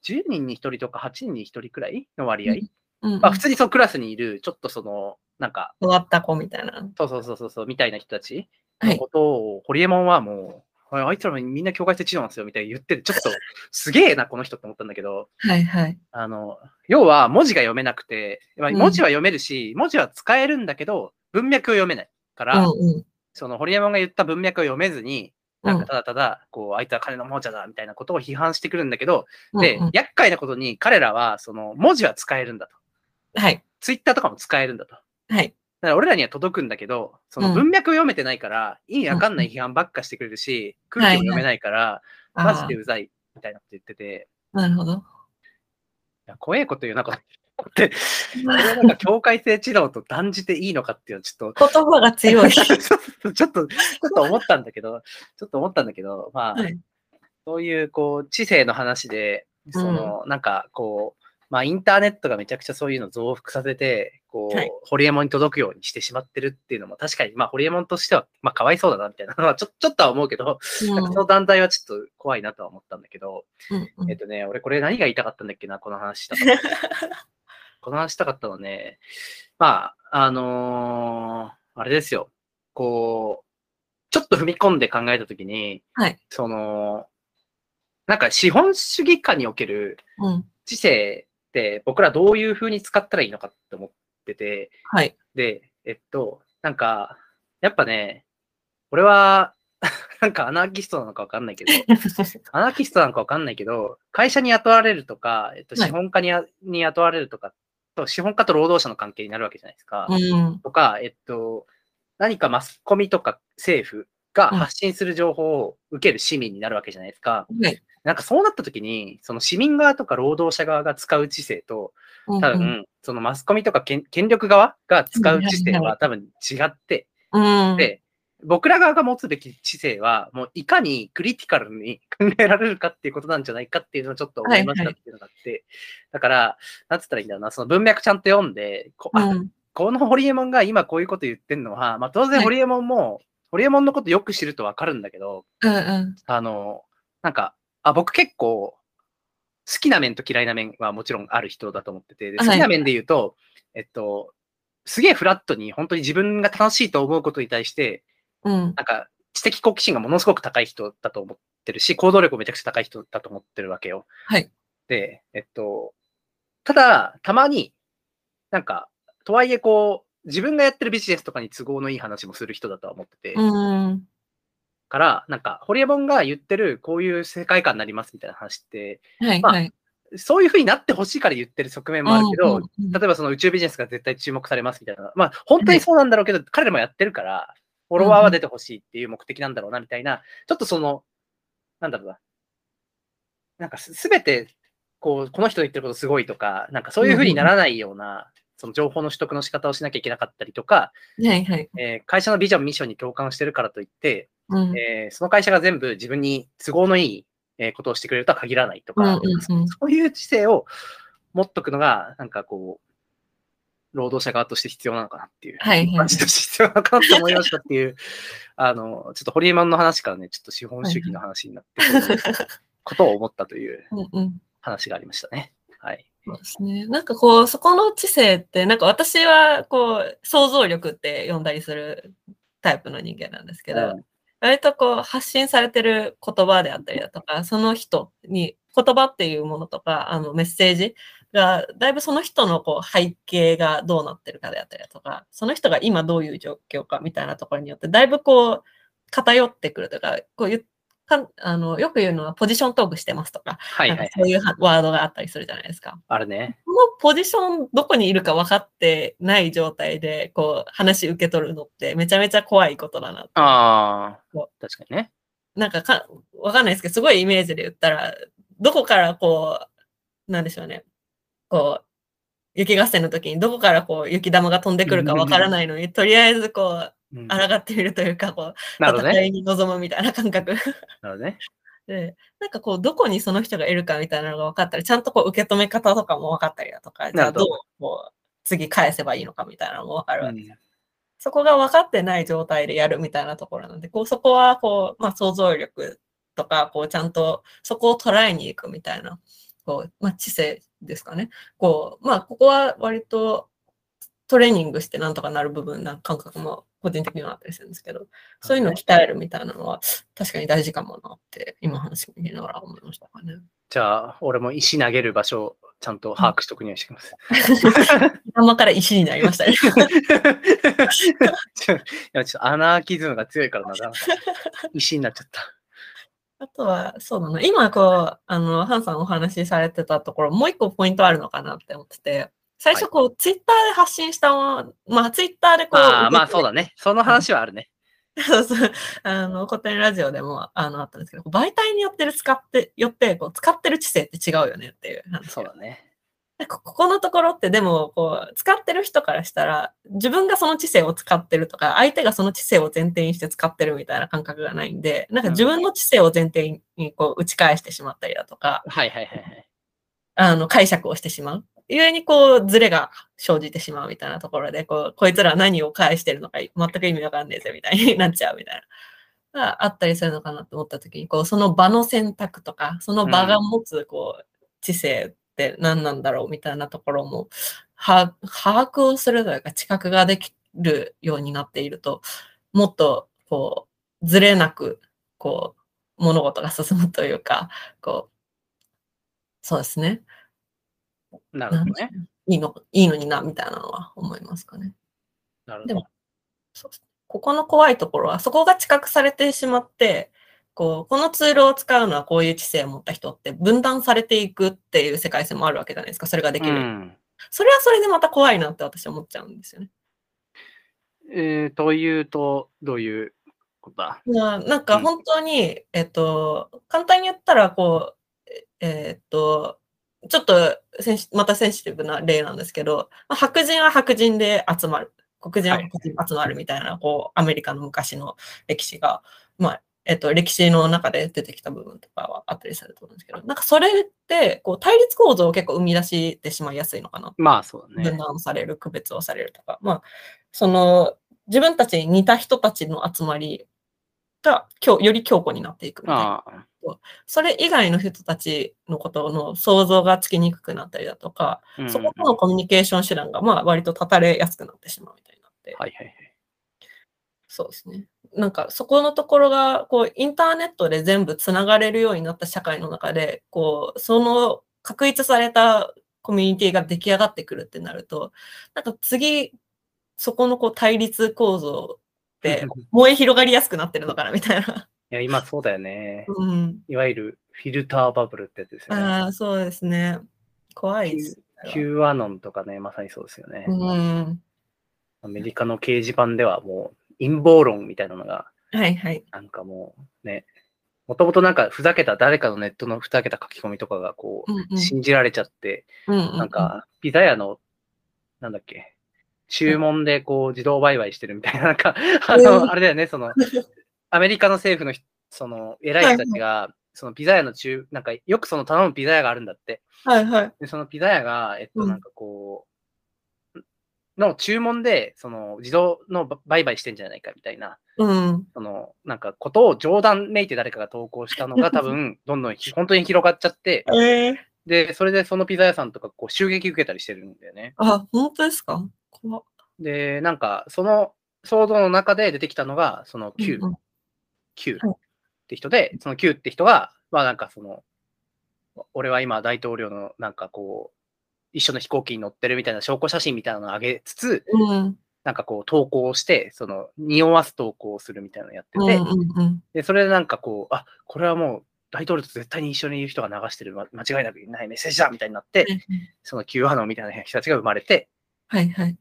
Speaker 1: 10人に1人とか8人に1人くらいの割合、
Speaker 2: うんうん
Speaker 1: まあ、普通にそのクラスにいる、ちょっとその、なんか、
Speaker 2: 終わった子みたいな。
Speaker 1: そうそうそうそうそう、みたいな人たち
Speaker 2: は
Speaker 1: の
Speaker 2: い
Speaker 1: ことを、ホリエモンはもう、ああいつらみんな境界性知能なんですよ、みたいに言ってて、ちょっ と、すげえな、この人って思ったんだけど、
Speaker 2: はいはい。
Speaker 1: あの、要は文字が読めなくて、まあ
Speaker 2: うん
Speaker 1: 文字は読めるし、文字は使えるんだけど、文脈を読めないから、
Speaker 2: うんうん。
Speaker 1: その堀山が言った文脈を読めずに、なん
Speaker 2: うん
Speaker 1: かただただ、こう、あいつは金の亡者だみたいなことを批判してくるんだけど、で
Speaker 2: うんう、ん
Speaker 1: 厄介なことに彼らは、その、文字は使えるんだと。
Speaker 2: はい
Speaker 1: ツイッターとかも使えるんだと。だ
Speaker 2: はい。
Speaker 1: から俺らには届くんだけど、その
Speaker 2: うん
Speaker 1: 文脈を読めてないから、意味わかんない批判ばっかしてくれるし、
Speaker 2: ん
Speaker 1: 空気も読めないから、
Speaker 2: あ
Speaker 1: マジ
Speaker 2: あ
Speaker 1: でうざいみたいなこと言ってて、
Speaker 2: なるほど。
Speaker 1: いや怖えこと言うな、これ。 って、これはなんか境界性知能と断じていいのかっていうのはちょっと、
Speaker 2: 言葉 が強い。
Speaker 1: ちょっと、ちょっとちょっと思ったんだけど、ちょっと思ったんだけど、まあ、
Speaker 2: はい
Speaker 1: そういう、こう、知性の話で、その、なんか、こう、まあ、インターネットがめちゃくちゃそういうのを増幅させて、こう、
Speaker 2: はい
Speaker 1: ホリエモンに届くようにしてしまってるっていうのも、確かに、まあ、ホリエモンとしては、まあ、かわいそうだな、みたいなのは、ちょちょっとは思うけど、
Speaker 2: うん
Speaker 1: なんかその団体はちょっと怖いなとは思ったんだけど、
Speaker 2: うんうん
Speaker 1: えっとね、俺、これ何が言いたかったんだっけな、この話し たかったのこの話したかったのはね、まあ、あのーあれですよ、こう、ちょっと踏み込んで考えたときに、
Speaker 2: はい
Speaker 1: その、なんか資本主義下における
Speaker 2: うん。
Speaker 1: 知性って僕らどういう風に使ったらいいのかって思ってて、
Speaker 2: はい。
Speaker 1: で、えっと、なんか、やっぱね、俺は、 なんかアナーキストなのかわかんないけど、アナーキストなのかわかんないけど、会社に雇われるとか、えっと、
Speaker 2: はい
Speaker 1: 資本家に,、に雇われるとかと、資本家と労働者の関係になるわけじゃないですか。
Speaker 2: うん。
Speaker 1: とか、えっと、何かマスコミとか政府が発信する情報を受ける市民になるわけじゃないですか。
Speaker 2: はい。
Speaker 1: なんかそうなった時に、その市民側とか労働者側が使う知性と、
Speaker 2: うん
Speaker 1: 多分、そのマスコミとか権権力側が使う知性
Speaker 2: はいはいは
Speaker 1: は多分違って、
Speaker 2: うん。
Speaker 1: で、僕ら側が持つべき知性は、もういかにクリティカルに 考えられるかっていうことなんじゃないかっていうのをちょっと思いましたっていうのがあって、だから、なんつったらいいんだろうな、その文脈ちゃんと読んで、こ
Speaker 2: う
Speaker 1: あ
Speaker 2: ん。
Speaker 1: このホリエモンが今こういうこと言ってるのは、まあ当
Speaker 2: は
Speaker 1: 然
Speaker 2: い
Speaker 1: ホリエモンも、ホリエモンのことよく知るとわかるんだけど、
Speaker 2: うんうん。
Speaker 1: あの、なんか、あ、僕結構、好きな面と嫌いな面はもちろんある人だと思ってて、で
Speaker 2: は
Speaker 1: 好
Speaker 2: い
Speaker 1: きな面で言うと、えっと、すげえフラットに、本当に自分が楽しいと思うことに対して、
Speaker 2: うん。
Speaker 1: なんか、知的好奇心がものすごく高い人だと思ってるし、行動力もめちゃくちゃ高い人だと思ってるわけよ。
Speaker 2: はい。
Speaker 1: で、えっと、ただ、たまに、なんか、とはいえ、こう、自分がやってるビジネスとかに都合のいい話もする人だとは思ってて、
Speaker 2: うん。
Speaker 1: から、なんか、ホリエモンが言ってる、こういう世界観になりますみたいな話って、
Speaker 2: はい。
Speaker 1: まあ
Speaker 2: はい。
Speaker 1: そういう風になってほしいから言ってる側面もあるけど、
Speaker 2: うんうんうん
Speaker 1: 例えばその宇宙ビジネスが絶対注目されますみたいな、まあ、本当にそうなんだろうけど、彼らもやってるから、フォロワーは出てほしいっていう目的なんだろうなみたいな、ちょっとその、なんだろうな、なんかすべて、こう、この人の言ってることすごいとか、なんかそういう風にならないような、その情報の取得の仕方をしなきゃいけなかったりとか、
Speaker 2: はい。はい。
Speaker 1: えー会社のビジョン、ミッションに共感してるからといって、
Speaker 2: うん。
Speaker 1: えーその会社が全部自分に都合のいいえーことをしてくれるとは限らないとか、
Speaker 2: うんうんうん
Speaker 1: そういう知性を持っとくのが、なんかこう、労働者側として必要なのかなっていう、
Speaker 2: はいはい
Speaker 1: 感じとして必要なのかなって思いましたっていう、あの、ちょっとホリエモンの話からね、ちょっと資本主義の話になってく ることを思ったという
Speaker 2: うんうん。
Speaker 1: 話がありましたね。はい。
Speaker 2: そうですね。なんかこう、そこの知性って、なんか私はこう、想像力って呼んだりするタイプの人間なんですけど、
Speaker 1: うん
Speaker 2: 割とこう、発信されてる言葉であったりだとか、その人に、言葉っていうものとか、あの、メッセージが、だいぶその人のこう、背景がどうなってるかであったりだとか、その人が今どういう状況かみたいなところによって、だいぶこう、偏ってくるとか、こう言っかんあの、よく言うのはポジショントークしてますとか、
Speaker 1: はいはい
Speaker 2: なん
Speaker 1: は
Speaker 2: か
Speaker 1: い。
Speaker 2: そういうはワードがあったりするじゃないですか。
Speaker 1: あるね。
Speaker 2: このポジションどこにいるか分かってない状態でこう話受け取るのってめちゃめちゃ怖いことだな。
Speaker 1: ああ
Speaker 2: そ、
Speaker 1: 確かにね。
Speaker 2: なんかか分かんないですけどすごいイメージで言ったらどこからこうなんでしょうねこう雪合戦の時にどこからこう雪玉が飛んでくるか分からないのにとりあえずこう
Speaker 1: うんな
Speaker 2: 抗ってみるというかこう
Speaker 1: るほど
Speaker 2: 戦
Speaker 1: ね。
Speaker 2: いに臨むみたいな感覚。
Speaker 1: なるほどね。
Speaker 2: で、なんかこう、どこにその人がいるかみたいなのが分かったり、ちゃんとこう、受け止め方とかも分かったりだとか、じゃ
Speaker 1: な
Speaker 2: あ
Speaker 1: るほ
Speaker 2: どう
Speaker 1: ど、
Speaker 2: こう、次返せばいいのかみたいなのも分かるわ
Speaker 1: う
Speaker 2: け、
Speaker 1: ん
Speaker 2: そこが分かってない状態でやるみたいなところなんで、こう、そこはこう、まあ、想像力とか、こう、ちゃんとそこを捉えに行くみたいな、こう、まあ、知性ですかね。こう、まあ、ここは割とトレーニングしてなんとかなる部分な感覚も個人的にはあったりするんですけど、そういうのを鍛えるみたいなのは確かに大事かもなって、今話聞きながら思いましたかね。
Speaker 1: じゃあ、俺も石投げる場所、ちゃんと把握しとくようにしてきます。
Speaker 2: 頭から石になりましたね。
Speaker 1: ちょいやちょっとアナーキズムが強いからな、なんか石になっちゃ った。
Speaker 2: あとは、そうだな。今、こう、あの、ハンさんお話しされてたところ、もう一個ポイントあるのかなって思ってて、最初、こう、ツイッターで発信したもの、まあ、ツイッターでこう、
Speaker 1: ああ、まあそうだね。その話はあるね。
Speaker 2: そうそう。あの、古典ラジオでも、あの、あったんですけど、媒体によってる使って、よって、こう、使ってる知性って違うよねっていう話。
Speaker 1: そうだね。
Speaker 2: でこここのところってでもこう使ってる人からしたら自分がその知性を使ってるとか相手がその知性を前提にして使ってるみたいな感覚がないんでなんか自分の知性を前提にこう打ち返してしまったりだとか
Speaker 1: はいはいはいはい。
Speaker 2: あの解釈をしてしまう。故にこうズレが生じてしまうみたいなところでこうこいつら何を返してるのか全く意味わかんねえぜみたいになっちゃうみたいな。があったりするのかなと思った時にこうその場の選択とかその場が持つこう知性って何なんだろうみたいなところもは把握をするというか知覚ができるようになっているともっとこうずれなくこう物事が進むというか、こう、そうですね。
Speaker 1: なるほどね。
Speaker 2: いいの、いいのにな、みたいなのは思いますかね。
Speaker 1: なるほ
Speaker 2: で
Speaker 1: ど
Speaker 2: も。そうですねここの怖いところは、そこが知覚されてしまって、こう、このツールを使うのはこういう知性を持った人って分断されていくっていう世界線もあるわけじゃないですか。それができ
Speaker 1: う
Speaker 2: る。
Speaker 1: ん
Speaker 2: それはそれでまた怖いなって私は思っちゃうんですよね。
Speaker 1: えー、というと、どういうことだ
Speaker 2: まあなんか
Speaker 1: うん
Speaker 2: 本当に、えっと、簡単に言ったら、こう、ええっと、ちょっとセンシまたセンシティブな例なんですけど、まあ白人は白人で集まる、黒人は
Speaker 1: はい
Speaker 2: 黒人で集まるみたいな、こう、アメリカの昔の歴史が、まあ、えっと、歴史の中で出てきた部分とかはあったりすると思うんですけど、なんかそれって、こう、対立構造を結構生み出してしまいやすいのかな
Speaker 1: まあそうだね。
Speaker 2: 分断をされる、区別をされるとか、まあ、その、自分たちに似た人たちの集まりが強より強固になっていくみたいな。
Speaker 1: ああ、
Speaker 2: それ以外の人たちのことの想像がつきにくくなったりだとか、
Speaker 1: うん
Speaker 2: そことのコミュニケーション手段が、まあ、割と断たれやすくなってしまうみたいになって。
Speaker 1: はいはいはい。
Speaker 2: そうですね。なんかそこのところがこうインターネットで全部つながれるようになった社会の中でこうその確立されたコミュニティが出来上がってくるってなるとなんか次そこのこう対立構造で燃え広がりやすくなってるのかなみたいな。
Speaker 1: いや、今そうだよね。
Speaker 2: うん、
Speaker 1: いわゆるフィルターバブルってやつですよね。
Speaker 2: ああそうですね。怖いです。
Speaker 1: Q アノンとかね、まさにそうですよね。
Speaker 2: うん、
Speaker 1: アメリカの掲示板ではもう陰謀論みたいなのが、
Speaker 2: はいはい。
Speaker 1: なんかもうね、もともとなんかふざけた誰かのネットのふざけた書き込みとかがこ
Speaker 2: うんうん
Speaker 1: う、信じられちゃって、
Speaker 2: うんうん
Speaker 1: なんかピザ屋の、なんだっけ、注文でこう自動売買してるみた いな、なんか、あ
Speaker 2: うん
Speaker 1: の、あれだよね、その、アメリカの政府のひ、その、偉い人たちが、そのピザ屋の中、なんかよくその頼むピザ屋があるんだって。
Speaker 2: はいはい。
Speaker 1: で、そのピザ屋が、えっ
Speaker 2: う
Speaker 1: と、
Speaker 2: ん
Speaker 1: なんかこう、の注文で、その自動のば売買してんじゃないかみたいな、
Speaker 2: うん
Speaker 1: その、なんかことを冗談めいて誰かが投稿した のが多分、どんどんひ本当に広がっちゃって、
Speaker 2: えー、
Speaker 1: で、それでそのピザ屋さんとか、こう、襲撃受けたりしてるんだよね。
Speaker 2: あ本当ですか怖っ
Speaker 1: で、なんか、その騒動の中で出てきたのが、その Q、
Speaker 2: うんうん
Speaker 1: Q
Speaker 2: はい
Speaker 1: って人で、その Q って人が、まあなんかその、俺は今大統領のなんかこう、一緒の飛行機に乗ってるみたいな証拠写真みたいなのを上げつつ、
Speaker 2: うん
Speaker 1: なんかこう投稿をして、その匂わす投稿をするみたいなのやって
Speaker 2: うん
Speaker 1: て、
Speaker 2: うんうん
Speaker 1: で、それでなんかこう、あ、これはもう大統領と絶対に一緒にいる人が流してる、ま間違いなくいないメッセージだみたいになって、その Q アノンみたいな人たちが生まれて、
Speaker 2: はいはい。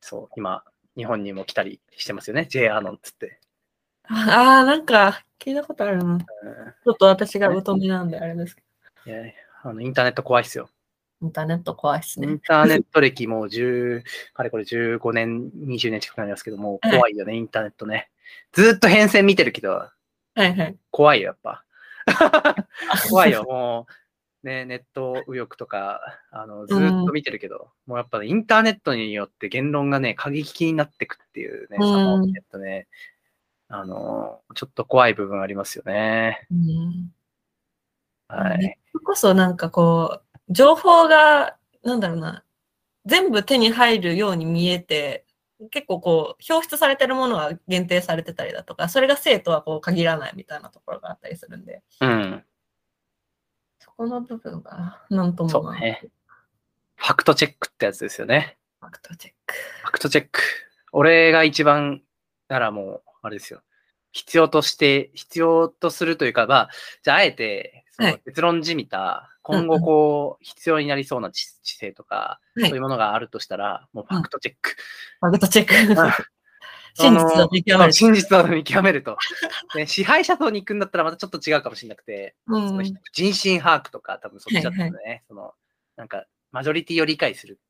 Speaker 1: そう、今、日本にも来たりしてますよね、J アノンっつって。
Speaker 2: ああ、なんか聞いたことあるな。ち
Speaker 1: うん
Speaker 2: ょっと私が疎めなんであれですけ
Speaker 1: いやあのインターネット怖いっすよ。
Speaker 2: ど。インターネット怖いです
Speaker 1: イ
Speaker 2: ね
Speaker 1: ン。ターネット歴もう10、あれこれ15年、20年近くなりますけど、もう怖いよね、インターネットね。ずっと変遷見てるけど、
Speaker 2: はいはい。
Speaker 1: 怖いよ、やっぱ。
Speaker 2: あ
Speaker 1: 怖いよ、。もう、ね、ネット右翼とか、あの、ずっと見てるけど、もうやっぱね、インターネットによって言論がね、過激になってくっていうね、
Speaker 2: うん
Speaker 1: 様を見てるとね、あの、ちょっと怖い部分ありますよね。
Speaker 2: うん
Speaker 1: は
Speaker 2: ね
Speaker 1: い。
Speaker 2: それこそなんかこう、情報が、なんだろうな、全部手に入るように見えて、結構こう、表出されてるものは限定されてたりだとか、それが生徒はこう限らないみたいなところがあったりするんで、
Speaker 1: うん。
Speaker 2: そこの部分が、なんとも
Speaker 1: そう
Speaker 2: まあ
Speaker 1: ね。ファクトチェックってやつですよね。
Speaker 2: ファクトチェック。
Speaker 1: ファクトチェック。俺が一番ならもう、あれですよ。必要として、必要とするというか、まあ、じゃあ、あえて、そ
Speaker 2: は
Speaker 1: の
Speaker 2: い
Speaker 1: 結論じみた、
Speaker 2: うん
Speaker 1: 今後こう、必要になりそうな知知性とか、
Speaker 2: はい
Speaker 1: そういうものがあるとしたら、もうファクトチェック。
Speaker 2: ファクトチェック。
Speaker 1: あ
Speaker 2: 真実を見極める。
Speaker 1: 真実など見極めると。で支配者とに行くんだったらまたちょっと違うかもしれなくて、
Speaker 2: う
Speaker 1: その人
Speaker 2: ん。
Speaker 1: 人心把握とか、多分そっちだったよね。その、なんか、マジョリティを理解する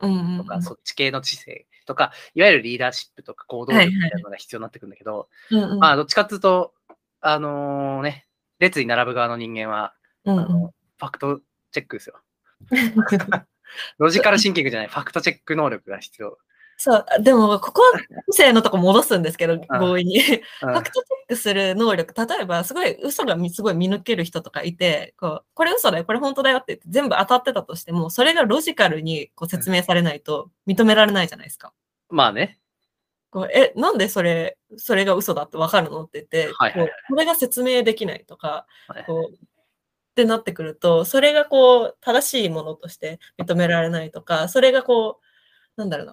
Speaker 2: うんうん
Speaker 1: と
Speaker 2: う
Speaker 1: か、
Speaker 2: ん
Speaker 1: そっち系の知性とか、いわゆるリーダーシップとか行動力みたいなのが必要になってくるんだけど、
Speaker 2: うんうん
Speaker 1: まあ、どっちかっていうと、あのね、列に並ぶ側の人間は、
Speaker 2: うん
Speaker 1: あのファクトチェックですよ。ロジカルシンキングじゃない、ファクトチェック能力が必要。
Speaker 2: そう、あでも、ここ、理性のとこ戻すんですけど、強引に。フ
Speaker 1: うん
Speaker 2: ァクトチェックする能力、例えば、すごい、嘘がみすごい見抜ける人とかいて、こう、これ嘘だよ、これ本当だよって言って、全部当たってたとしても、それがロジカルにこう説明されないと認められないじゃないですか。
Speaker 1: まあね、
Speaker 2: こうえ、なんでそれ、それが嘘だってわかるのって言って、
Speaker 1: はいはいはい
Speaker 2: こうこれが説明できないとか、
Speaker 1: はい
Speaker 2: こう、ってなってくると、それがこう、正しいものとして認められないとか、それがこう、なんだろう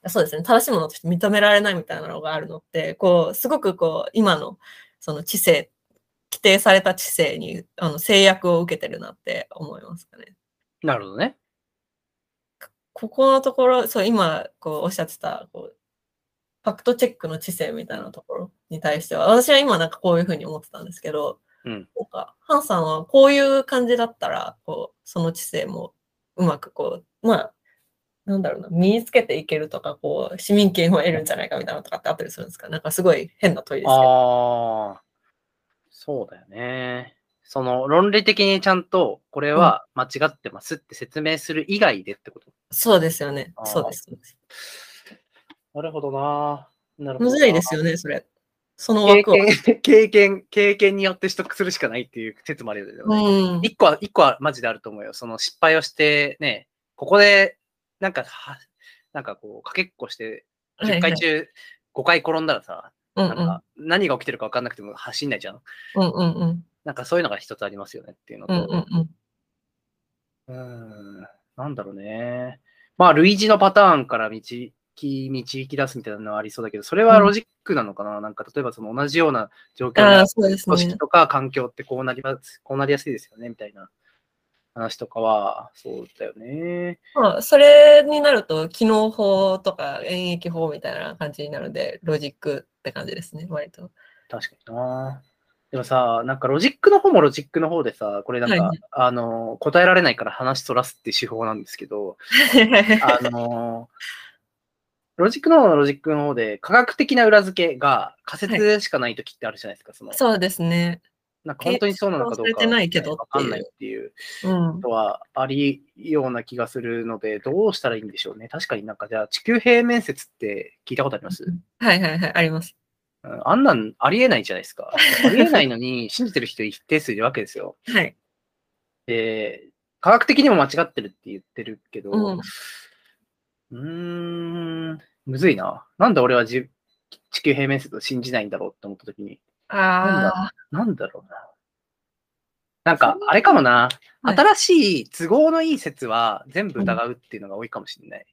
Speaker 2: な。そうですね。正しいものとして認められないみたいなのがあるのって、こう、すごくこう、今の、その知性、規定された知性に、あの、制約を受けてるなって思いますかね。
Speaker 1: なるほどね。
Speaker 2: ここのところ、そう、今、こう、おっしゃってた、こう、ファクトチェックの知性みたいなところに対しては、私は今なんかこういうふうに思ってたんですけど、
Speaker 1: うん。
Speaker 2: なんか、ハンさんはこういう感じだったら、こう、その知性もうまくこう、まあ、なんだろうな、身につけていけるとか、こう、市民権を得るんじゃないかみたいなのとかってあったりするんですかなんかすごい変な問いですけど。
Speaker 1: ああ、そうだよね。その論理的にちゃんとこれは間違ってますって説明する以外でってこと。
Speaker 2: そうですよね
Speaker 1: あ。ー
Speaker 2: そうです。そうです
Speaker 1: なるほどな。なるほど
Speaker 2: む
Speaker 1: な
Speaker 2: ずいですよね、それ。その
Speaker 1: 経
Speaker 2: 枠を。
Speaker 1: 験、経験、経験によって取得するしかないっていう説もあるよね。
Speaker 2: うん。
Speaker 1: 一個は、一個はマジであると思うよ。その失敗をして、ね、ここで、なんか、はなんかこう、かけっこして、
Speaker 2: はいは
Speaker 1: 10
Speaker 2: い
Speaker 1: 回中5回転んだらさ、
Speaker 2: うん
Speaker 1: なんか、何が起きてるか分かんなくても走んないじゃん。
Speaker 2: うんうんうん
Speaker 1: なんかそういうのが一つありますよねっていうの
Speaker 2: うんうん
Speaker 1: と。
Speaker 2: うんう
Speaker 1: う
Speaker 2: ん。
Speaker 1: ーん、なんだろうね。まあ、類似のパターンから導き、導き出すみたいなのはありそうだけど、それはロジックなのかな、なんか、例えばその同じような状況
Speaker 2: ああ、
Speaker 1: の
Speaker 2: そうです
Speaker 1: 組
Speaker 2: ね
Speaker 1: 織。とか環境ってこうなります、こうなりやすいですよね、みたいな話とかは、そうだよね。
Speaker 2: まあ、それになると、機能法とか演疫法みたいな感じになるので、ロジックって感じですね、割と。
Speaker 1: 確かにな。でもさ、なんかロジックの方もロジックの方でさ、これなんか、
Speaker 2: はい
Speaker 1: あの、答えられないから話そらすっていう手法なんですけど、 あのーロジックの方のロジックの方で、科学的な裏付けが仮説しかないときってあるじゃないですか、その、
Speaker 2: そうですね。
Speaker 1: なんか本当にそうなのかどう
Speaker 2: 検
Speaker 1: か
Speaker 2: 証されてないけど
Speaker 1: わかんないっていう
Speaker 2: うん
Speaker 1: こ。とはありような気がするので、どうしたらいいんでしょうね。確かになんかじゃあ、地球平面説って聞いたことあります、
Speaker 2: はいはいはい、ありま
Speaker 1: う
Speaker 2: す。
Speaker 1: んあんなんありえないじゃないですか。ありえないのに、信じてる人一定数いるわけですよ。
Speaker 2: はい。
Speaker 1: で、科学的にも間違ってるって言ってるけど、
Speaker 2: うん
Speaker 1: うーん、むずいな。なんで俺はじ地球平面説を信じないんだろうって思った時に、
Speaker 2: ああ、
Speaker 1: なんだろうな。なんか、あれかもな。
Speaker 2: はい
Speaker 1: 新しい都合のいい説は全部疑うっていうのが多いかもしれない。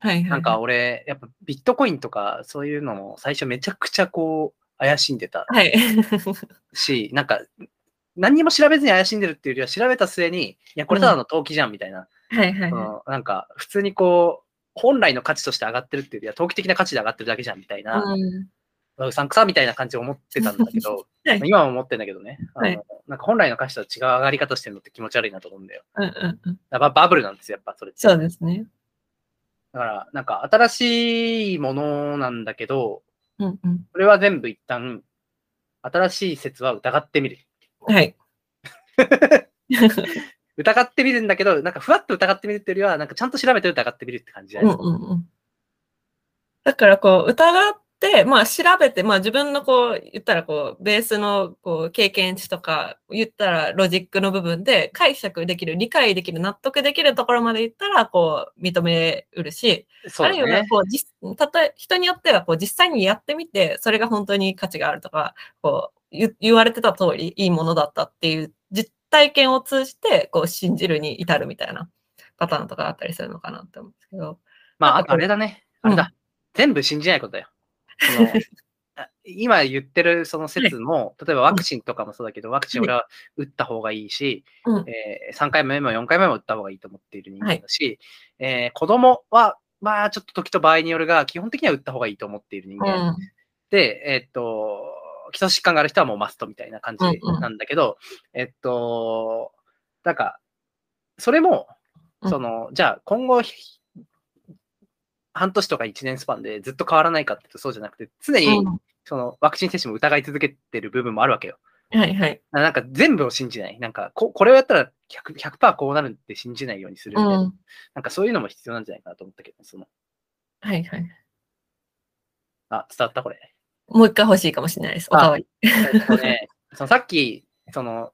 Speaker 2: はいはい。
Speaker 1: なんか、俺、やっぱビットコインとかそういうのも最初めちゃくちゃこう怪しんでた
Speaker 2: はい。
Speaker 1: し、なんか何にも調べずに怪しんでるっていうよりは調べた末に、いや、これただの投機じゃんみたいな。
Speaker 2: はいはい
Speaker 1: そ
Speaker 2: は
Speaker 1: のなんか普通にこう本来の価値として上がってるっていうよりは投機的な価値で上がってるだけじゃんみたいな、
Speaker 2: い。うん
Speaker 1: うさんくさみたいな感じを思ってたんだけど、
Speaker 2: はい
Speaker 1: まあ今は思ってんだけどね、あの
Speaker 2: はい
Speaker 1: なんか本来の価値とは違う上がり方してるのって気持ち悪いなと思うんだよ。
Speaker 2: うんうんうん。
Speaker 1: だからババブルなんですよ、やっぱそれって。
Speaker 2: そうですね。
Speaker 1: だからなんか新しいものなんだけど、
Speaker 2: うんうん。
Speaker 1: それは全部一旦新しい説は疑ってみる。
Speaker 2: はい。
Speaker 1: 疑ってみるんだけど、なんかふわっと疑ってみるっていうよりは、なんかちゃんと調べて疑ってみるって感じじゃ
Speaker 2: う
Speaker 1: なんい、
Speaker 2: うんうん。だからこう疑って、まあ調べて、まあ自分のこう言ったらこうベースのこう経験値とか言ったらロジックの部分で解釈できる、理解できる、納得できるところまでいったらこう認めうるし、
Speaker 1: そうだ
Speaker 2: あるい
Speaker 1: ね
Speaker 2: は。こう実たとえ人によってはこう実際にやってみてそれが本当に価値があるとかこう言言われてた通りいいものだったっていう実体験を通じてこう信じるに至るみたいなパターンとかあったりするのかなって思うんですけど。
Speaker 1: まあ、
Speaker 2: な
Speaker 1: あ
Speaker 2: んか
Speaker 1: とあれだね。あれだ。全部信じないことだよ。 そのあ今言ってるその説も、例えばワクチンとかもそうだけど、ワクチン
Speaker 2: はい
Speaker 1: 俺は打った方がいいし、
Speaker 2: うん
Speaker 1: えー3回目も4回目も打った方がいいと思っている人間だし、えー子供は、まあちょっと時と場合によるが、基本的には打った方がいいと思っている人間
Speaker 2: うん
Speaker 1: で、えーっと、基礎疾患がある人はもうマストみたいな感じなんだけど、えっと、なんか、それも、
Speaker 2: うん
Speaker 1: その、じゃあ今後、ひ半年とか1年スパンでずっと変わらないかっていうとそうじゃなくて、常に
Speaker 2: うん
Speaker 1: そのワクチン接種も疑い続けてる部分もあるわけよ。
Speaker 2: はいはい。
Speaker 1: なんか全部を信じない。なんかこ、これをやったら 100%, 100%こうなるって信じないようにする
Speaker 2: う
Speaker 1: み
Speaker 2: ん
Speaker 1: たいな。
Speaker 2: はい
Speaker 1: なんかそういうのも必要なんじゃないかなと思ったけど、その、
Speaker 2: はい。
Speaker 1: あ、伝わったこれ。
Speaker 2: もう一回欲しいかもしれないです。おかわり。
Speaker 1: えっとね、そのさっき、その、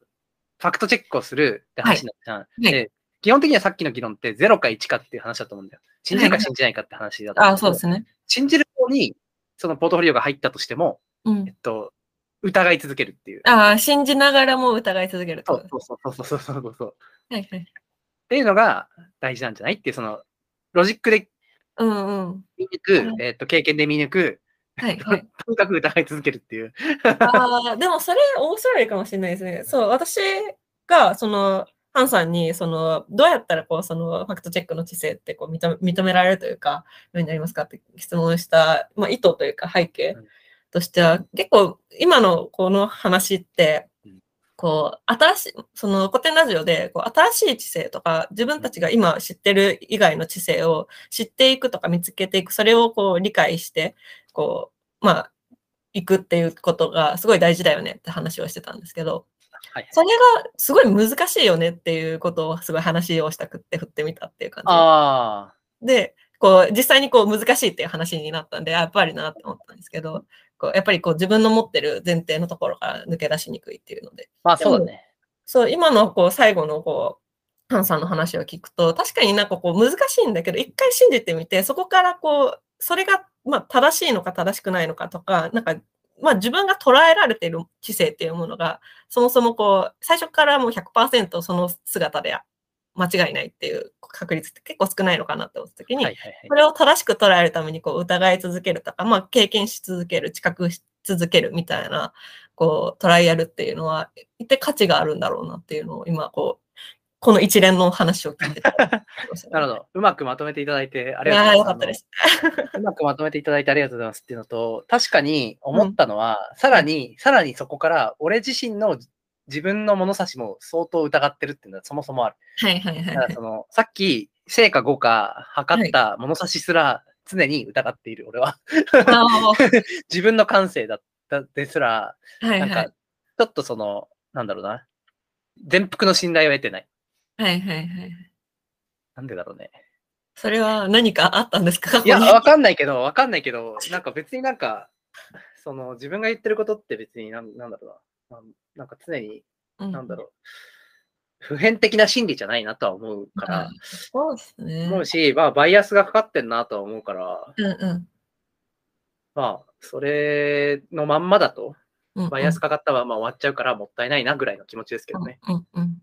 Speaker 1: ファクトチェックをするって話だったじゃん、
Speaker 2: い
Speaker 1: で基本的にはさっきの議論って0か1かっていう話だと思うんだよ。信じるか信じないかって話だと思
Speaker 2: あ
Speaker 1: う
Speaker 2: あ、そうですね。
Speaker 1: 信じる方にそのポートフォリオが入ったとしても、
Speaker 2: うん
Speaker 1: えっと、疑い続けるっていう。
Speaker 2: ああ、信じながらも疑い続けるって
Speaker 1: そ
Speaker 2: こと
Speaker 1: うそうそうそうそうそうそう。っ
Speaker 2: はいはい。
Speaker 1: ていうのが大事なんじゃないっていう、その、ロジックで
Speaker 2: うんうん。
Speaker 1: 見抜
Speaker 2: う
Speaker 1: く、えっと、経験で見抜く、
Speaker 2: はいはい。
Speaker 1: とにかく疑い続けるっていう。
Speaker 2: ああ、でもそれ面白いかもしれないですね。そう、私が、その、ハンさんに、その、どうやったら、こう、その、ファクトチェックの知性って、こう認め、認められるというか、ようになりますかって質問した、まあ、意図というか、背景
Speaker 1: うん
Speaker 2: としては、結構、今のこの話って
Speaker 1: うん、
Speaker 2: こう、新しい、その、古典ラジオで、こう、新しい知性とか、自分たちが今知ってる以外の知性を知っていくとか見つけていく、それをこう、理解して、こう、まあ、行くっていうことがすごい大事だよねって話をしてたんですけど、
Speaker 1: はい。
Speaker 2: それがすごい難しいよねっていうことをすごい話をしたくって振ってみたっていう感
Speaker 1: ああ、
Speaker 2: じで、こう実際にこう難しいっていう話になったんで、あやっぱりなって思ったんですけど、こうやっぱりこう自分の持ってる前提のところから抜け出しにくいっていうので、
Speaker 1: まあそうだね。
Speaker 2: そう、今のこう最後のこう、ハンさんの話を聞くと、確かになんかこう難しいんだけど、一回信じてみて、そこからこう、それがまあ正しいのか正しくないのかとか、なんか、まあ自分が捉えられている知性っていうものが、そもそもこう、最初からもう100%その姿で間違いないっていう確率って結構少ないのかなって思った時
Speaker 1: は
Speaker 2: に
Speaker 1: いは、いはい
Speaker 2: そ。れを正しく捉えるためにこう疑い続けるとか、まあ、経験し続ける、知覚し続けるみたいな、こう、トライアルっていうのは、一体価値があるんだろうなっていうのを、今、こう、この一連の話を聞いてた。
Speaker 1: なるほど。うまくまとめていただいてあ
Speaker 2: い
Speaker 1: りがとう
Speaker 2: やー、よ
Speaker 1: ご
Speaker 2: か
Speaker 1: ざいます。
Speaker 2: ったです。
Speaker 1: うまくまとめていただいてありがとうございますっていうのと、確かに思ったのは、さらに、さらにそこから、俺自身の自分の物差しも相当疑ってるっていうのはそもそ もある。
Speaker 2: はいはいはい
Speaker 1: だか
Speaker 2: は
Speaker 1: ら
Speaker 2: い。
Speaker 1: その、さっき、成果5か測った物差しすら常に疑っている、俺は。
Speaker 2: あー
Speaker 1: 自分の感性だったですら、
Speaker 2: はい
Speaker 1: なん
Speaker 2: はい。は
Speaker 1: か、
Speaker 2: い
Speaker 1: ちょっとその、なんだろうな、全幅の信頼を得てない。
Speaker 2: はいはい。
Speaker 1: なんでだろうね。
Speaker 2: それは何かあったんですか
Speaker 1: いや、
Speaker 2: 過去に
Speaker 1: わかんないけど、わかんないけど、なんか別になんか、その自分が言ってることって別になんなんだろうななん。なんか常に、
Speaker 2: う
Speaker 1: なんだろう。普遍的な心理じゃないなとは思うか
Speaker 2: あ
Speaker 1: ら
Speaker 2: ー、そうですね。
Speaker 1: 思うし、まあバイアスがかかってんなとは思うから、
Speaker 2: うんうん
Speaker 1: まあそれのまんまだと、
Speaker 2: うんうん。
Speaker 1: バイアスかかったまま終わっちゃうからもったいないなぐらいの気持ちですけどね。
Speaker 2: うんうんうん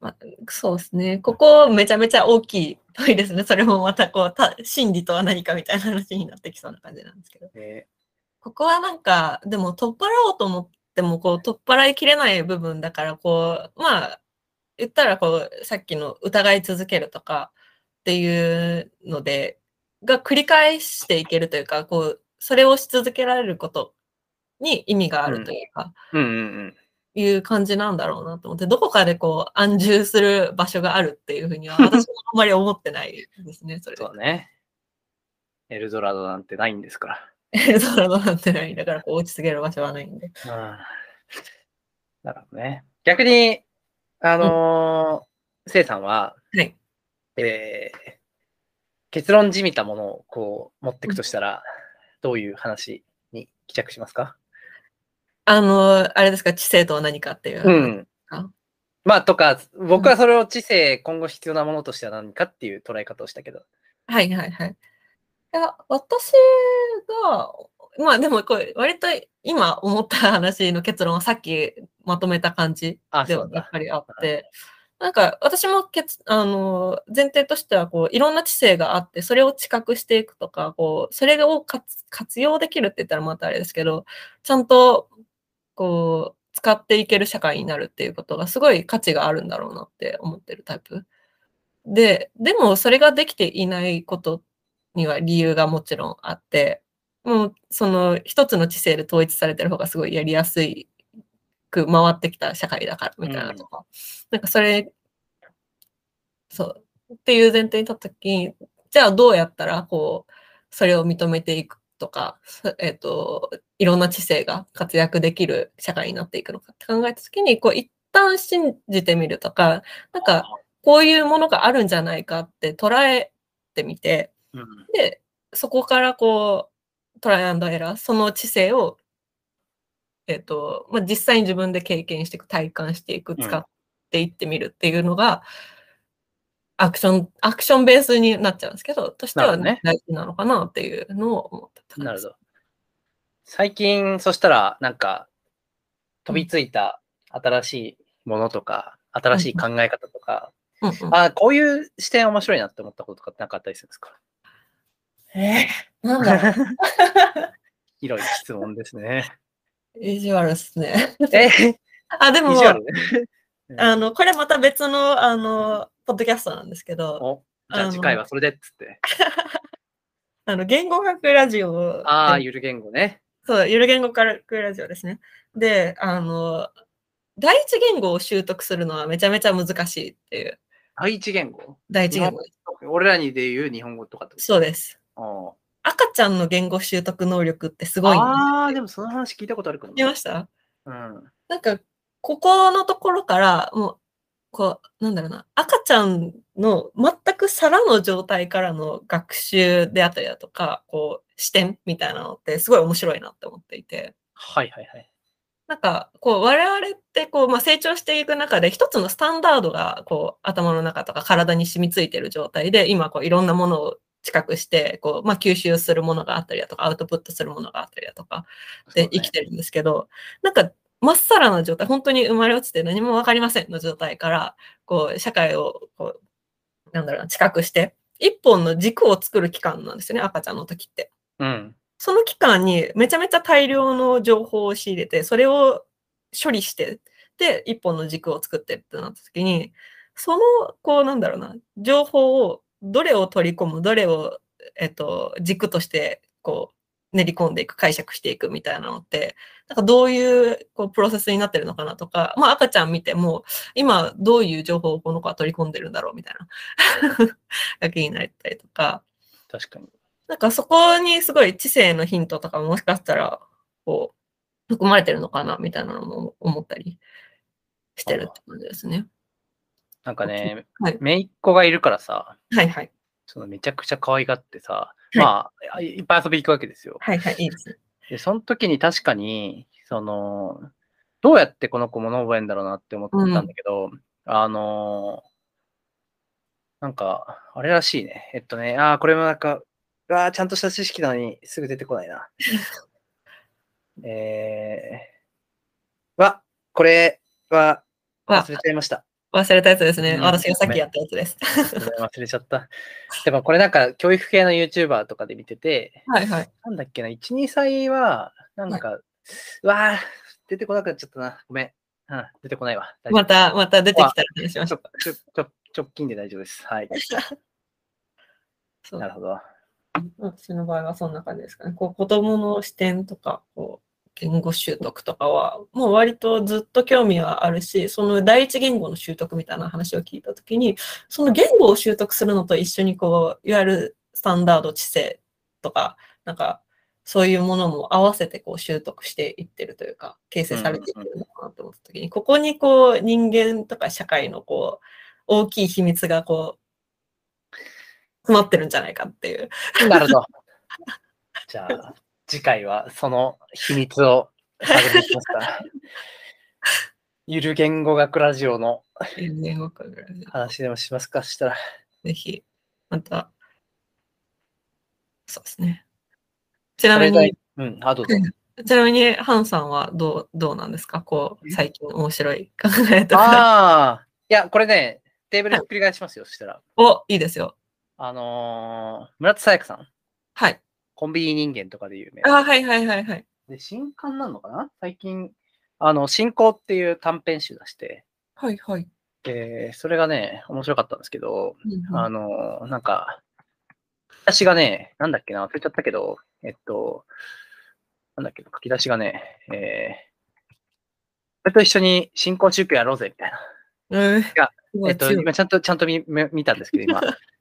Speaker 2: まあ、そうですね。ここめちゃめちゃ大きい問いですね。それもまたこうた心理とは何かみたいな話になってきそうな感じなんですけど。
Speaker 1: ね
Speaker 2: ここはなんかでも取っ払おうと思ってもこう取っ払いきれない部分だからこうまあ言ったらこうさっきの疑い続けるとかっていうのでが繰り返していけるというかこうそれをし続けられることに意味があるというか、
Speaker 1: うんうん
Speaker 2: いう感じなんだろうなと思って、どこかでこう安住する場所があるっていうふうに は、私もあんまり思ってないですね、そ
Speaker 1: うん。
Speaker 2: れ
Speaker 1: そう だね。エルドラドなんてないんですから。
Speaker 2: で。そらどうなってない。だからこう落ち着ける場所はないんで。
Speaker 1: ああなるほどね。逆に、あのーせいさんは、
Speaker 2: はい
Speaker 1: えー結論じみたものをこう持っていくとしたら、どういう話に帰着しますか
Speaker 2: あの、あれですか、知性とは何かっていう。
Speaker 1: うん
Speaker 2: あ。
Speaker 1: まあ、とか、僕はそれを知性、今後必要なものとしては何かっていう捉え方をしたけど。
Speaker 2: はいはいはい。いや、私が、まあでもこれ、割と今思った話の結論はさっきまとめた感じ
Speaker 1: あ、
Speaker 2: で
Speaker 1: そ
Speaker 2: は
Speaker 1: う
Speaker 2: やっ
Speaker 1: だ。
Speaker 2: ぱりあって、なんか私もけつあの前提としてはこういろんな知性があって、それを知覚していくとか、こうそれを活活用できるって言ったらまたあれですけど、ちゃんとこう使っていける社会になるっていうことがすごい価値があるんだろうなって思ってるタイプ。で、でもそれができていないことには理由がもちろんあって、もうその一つの知性で統一されてる方がすごいやりやすいく回ってきた社会だからみたいなとか、なんかそれそうっていう前提に立った時にじゃあどうやったらこうそれを認めていくとか、そえっといろんな知性が活躍できる社会になっていくのかって考えた時にこう一旦信じてみるとかなんかこういうものがあるんじゃないかって捉えてみて
Speaker 1: うん、
Speaker 2: で、そこからこう、トライアンドエラー、その知性を、えっ、と、まあ、実際に自分で経験していく、体感していく、
Speaker 1: ん
Speaker 2: 使っていってみるっていうのが、アクション、アクションベースになっちゃうんですけど、として
Speaker 1: な
Speaker 2: は
Speaker 1: るほどね
Speaker 2: 大事なのかなっていうのを思ってたん
Speaker 1: な
Speaker 2: で
Speaker 1: る
Speaker 2: す。
Speaker 1: ほど。最近、そしたら、なんか、飛びついた新しいものとか、新しい考え方とか、
Speaker 2: うんうん
Speaker 1: あこういう視点面白いなって思ったこととかってなかったりするんですか
Speaker 2: えー、な んだろう。
Speaker 1: 広い質問です ね。
Speaker 2: 意地悪っすね。
Speaker 1: え、
Speaker 2: あ、でも
Speaker 1: 意、地悪ね。
Speaker 2: あの、これまた別の、あの、ポッドキャストなんですけ
Speaker 1: お
Speaker 2: ど、
Speaker 1: じゃあ次回はそれでっつって。
Speaker 2: あの、言語学ラジオ。
Speaker 1: ああ、ゆる言語ね。
Speaker 2: そう、ゆる言語学ラジオですね。で、あの、第一言語を習得するのはめちゃめちゃ難しいっていう。
Speaker 1: 第一言語。
Speaker 2: 第一言語。
Speaker 1: 俺らにで言う日本語とかってこと
Speaker 2: そうです。
Speaker 1: あー
Speaker 2: 赤ちゃんの言語習得能力ってすごい、ね。
Speaker 1: あー、でもその話聞いたことあるかも。
Speaker 2: 見ました
Speaker 1: うん。
Speaker 2: なんか、ここのところから、もう、こう、なんだろうな、赤ちゃんの全く皿の状態からの学習であったりだとか、こう、視点みたいなのってすごい面白いなって思っていて。
Speaker 1: はいはいはい。
Speaker 2: なんか、こう、我々って、こう、まあ、成長していく中で、一つのスタンダードが、こう、頭の中とか体に染みついてる状態で、今、こう、いろんなものを知覚して、こう、まあ、吸収するものがあったりだとか、アウトプットするものがあったりだとか、
Speaker 1: そ
Speaker 2: で
Speaker 1: う、ね
Speaker 2: 生きてるんですけど、なんか、まっさらな状態、本当に生まれ落ちて何もわかりませんの状態から、こう、社会を、こう、なんだろうな、知覚して、一本の軸を作る期間なんですよね、赤ちゃんの時って。
Speaker 1: うん。
Speaker 2: その期間にめちゃめちゃ大量の情報を仕入れて、それを処理して、で、一本の軸を作ってってなった時に、その、こう、なんだろうな、情報を、どれを取り込む、どれを、えっと、軸として、こう、練り込んでいく、解釈していくみたいなのって、なんかどういう、こう、プロセスになってるのかなとか、まあ、赤ちゃん見ても、今、どういう情報をこの子は取り込んでるんだろうみたいな、が気にな ったりとか、
Speaker 1: 確かに。
Speaker 2: なんかそこにすごい知性のヒントとかもしかしたら、こう、含まれてるのかなみたいなのも思ったりしてるって感じですね。
Speaker 1: なんかね、
Speaker 2: はい
Speaker 1: めいっ子がいるからさ、
Speaker 2: はいはい。
Speaker 1: そのめちゃくちゃ可愛がってさ、
Speaker 2: い
Speaker 1: まあ、いいっぱい遊び行くわけですよ。
Speaker 2: はいはい。いいですね。
Speaker 1: で、その時に確かに、その、どうやってこの子物覚えんだろうなって思ったんだけど、あのーなんか、あれらしいね。えっとね、ああ、これもなんか、うわあ、ちゃんとした知識なのにすぐ出てこないな。 えー、わ、これは
Speaker 2: わ
Speaker 1: 忘れちゃいました。
Speaker 2: 忘れたやつですね。
Speaker 1: うん
Speaker 2: 私がさっきやったやつです。
Speaker 1: 忘れちゃった。でもこれなんか、教育系の YouTuber とかで見てて、
Speaker 2: はいはい。
Speaker 1: なんだっけな、1、2歳は、なんか、うわー出てこなくなっちゃったな。ごめん。うん、出てこないわ。大丈夫
Speaker 2: また、また出てきたら話しまし
Speaker 1: ち
Speaker 2: ょ
Speaker 1: ょちょちょ直近で大丈夫です。はい。
Speaker 2: う。
Speaker 1: なるほど。
Speaker 2: 私の場合はそんな感じですかね。こう子供の視点とか、こう言語習得とかは、もう割とずっと興味はあるし、その第一言語の習得みたいな話を聞いたときに、その言語を習得するのと一緒にこう、いわゆるスタンダード知性とか、なんか、そういうものも合わせてこう習得していってるというか、形成されていってるのかなと思ったときに、ここにこう、人間とか社会のこう、大きい秘密がこう、詰まってるんじゃないかっていう。
Speaker 1: なるほど。 じゃあ、次回はその秘密を探っていきますか。ゆる言語学ラジオの
Speaker 2: 言語学ぐらいで
Speaker 1: 話でもしますかそしたら。
Speaker 2: ぜひ、また、そうですね。ちなみ
Speaker 1: それ
Speaker 2: に
Speaker 1: が、うん、あ、どうぞ。
Speaker 2: ちなみに、ハンさんはどう、どうなんですかこう、
Speaker 1: え
Speaker 2: 最近面白い考え とか。
Speaker 1: ああ、いや、これね、テーブルひっくり返しますよ、そしたら。
Speaker 2: お、いいですよ。
Speaker 1: あのー、村田沙耶香さん、
Speaker 2: はい。
Speaker 1: コンビニ人間とかで有名。
Speaker 2: あ、はいはいはいはい。
Speaker 1: で、新刊なのかな最近、あの、進行っていう短編集出して、
Speaker 2: はいはい。
Speaker 1: で、それがね、面白かったんですけど、
Speaker 2: うんうん
Speaker 1: あの、なんか、私がね、なんだっけな、忘れちゃったけど、えっと、なんだっけ、書き出しがね、えー、それと一緒に新興宗教やろうぜ、みたいな。
Speaker 2: うん
Speaker 1: や
Speaker 2: すご い
Speaker 1: えっと、
Speaker 2: 強い
Speaker 1: 今ちゃんと、ちゃんと見見見たんですけど、 今、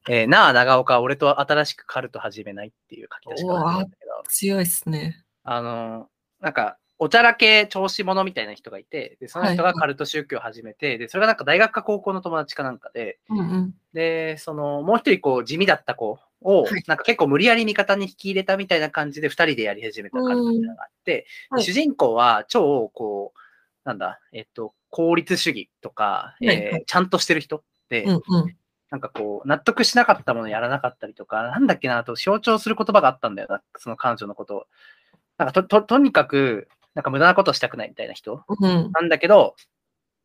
Speaker 1: えーなあ、長岡、俺と新しくカルト始めないっていう書き出しがあるんだけど、
Speaker 2: 強いっすね。
Speaker 1: あの、なんか、おちゃらけ調子者みたいな人がいて、で、その人が
Speaker 2: はいはい
Speaker 1: カルト宗教を始めて、で、それがなんか大学か高校の友達かなんかで、
Speaker 2: うんうん。
Speaker 1: で、その、もう一人こう、地味だった子を
Speaker 2: はい、
Speaker 1: なんか結構無理やり味方に引き入れたみたいな感じで、二人でやり始めた感じみたいなのがあって、
Speaker 2: うんはい
Speaker 1: で主人公は超、こう、なんだ、えっと、効率主義とか、
Speaker 2: いはい
Speaker 1: えーちゃんとしてる人で、
Speaker 2: うんうん。
Speaker 1: なんかこう、納得しなかったものやらなかったりとか、なんだっけな、あと象徴する言葉があったんだよな、その彼女のことを。なんかと、と、とにかく、なんか無駄なことしたくないみたいな人
Speaker 2: うん。
Speaker 1: なんだけど、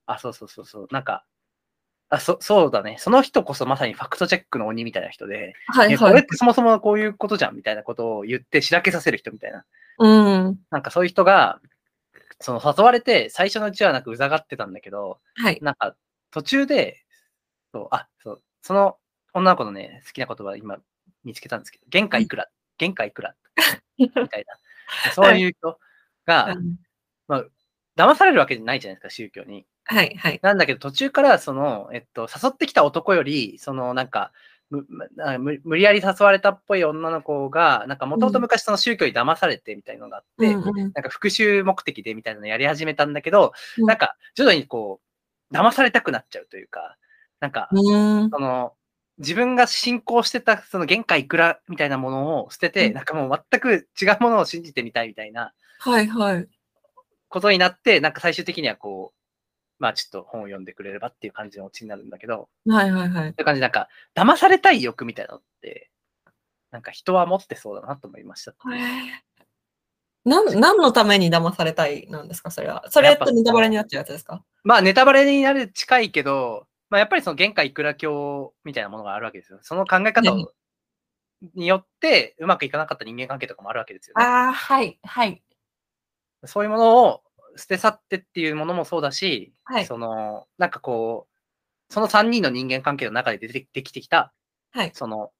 Speaker 1: あ、そうそうそうそう、なんか、あ、そ、そうだね。その人こそまさにファクトチェックの鬼みたいな人で、
Speaker 2: はい
Speaker 1: えこ
Speaker 2: は
Speaker 1: れっ
Speaker 2: い。
Speaker 1: てそもそもこういうことじゃんみたいなことを言ってしらけさせる人みたいな。
Speaker 2: うん。
Speaker 1: なんかそういう人が、その誘われて、最初のうちはなんかうざがってたんだけど、
Speaker 2: はい。
Speaker 1: なんか途中で、そう、あ、そう、その女の子のね、好きな言葉今見つけたんですけど、限界いくら、限界い くら、みたいな。そういう人
Speaker 2: う
Speaker 1: が、
Speaker 2: ん
Speaker 1: 騙されるわけじゃないじゃないですか、宗教に。
Speaker 2: はいはい。
Speaker 1: なんだけど、途中から、その、えっと、誘ってきた男より、その、なんか、むむあ無無理やり誘われたっぽい女の子が、なんか、もともと昔その宗教に騙されてみたいのがあって、
Speaker 2: うんうん
Speaker 1: なんか復讐目的でみたいなのやり始めたんだけど、
Speaker 2: うん
Speaker 1: なんか徐々にこう、騙されたくなっちゃうというか、なんか、
Speaker 2: うん
Speaker 1: その、自分が信仰してたその限界いくらみたいなものを捨てて、
Speaker 2: うん
Speaker 1: なんかもう全く違うものを信じてみたいみたいな
Speaker 2: はいはい。
Speaker 1: ことになって、なんか最終的にはこう、まあちょっと本を読んでくれればっていう感じのオチになるんだけど、
Speaker 2: はいはいはい。
Speaker 1: そういう感じでなんか、騙されたい欲みたいなのって、なんか人は持ってそうだなと思いました。
Speaker 2: なん何のために騙されたいなんですかそれは。それってネタバレになっちゃうやつですか
Speaker 1: まあ、ネタバレになる近いけど、まあ、やっぱりその限界いくら教みたいなものがあるわけですよ。その考え方
Speaker 2: うん
Speaker 1: をによって、うまくいかなかった人間関係とかもあるわけですよね。
Speaker 2: ああ、はいはい。
Speaker 1: そういうものを捨て去ってっていうものもそうだし、
Speaker 2: はい
Speaker 1: その、なんかこう、その3人の人間関係の中で出てできてきた、
Speaker 2: はい
Speaker 1: その、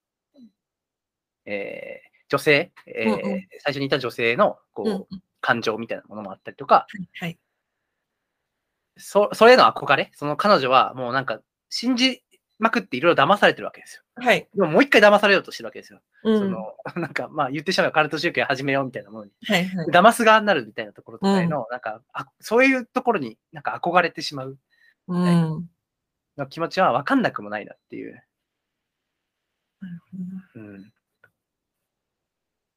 Speaker 1: えー女性、えー
Speaker 2: うんうん
Speaker 1: 最初にいた女性のこう、
Speaker 2: うんうん
Speaker 1: 感情みたいなものもあったりとか、
Speaker 2: はい。
Speaker 1: そそれへの憧れ、その彼女はもうなんか信じまくっていろいろ騙されてるわけですよ。
Speaker 2: はい。
Speaker 1: でももう一回騙されようとしてるわけですよ。
Speaker 2: う
Speaker 1: そ
Speaker 2: ん。
Speaker 1: の なんかまあ言ってしまえばカルト宗教始めようみたいなものに。
Speaker 2: はいはい。
Speaker 1: 騙す側になるみたいなところとかへの、なんかあそういうところになんか憧れてしまう
Speaker 2: うん。
Speaker 1: の気持ちは分かんなくもないなっていう。うん、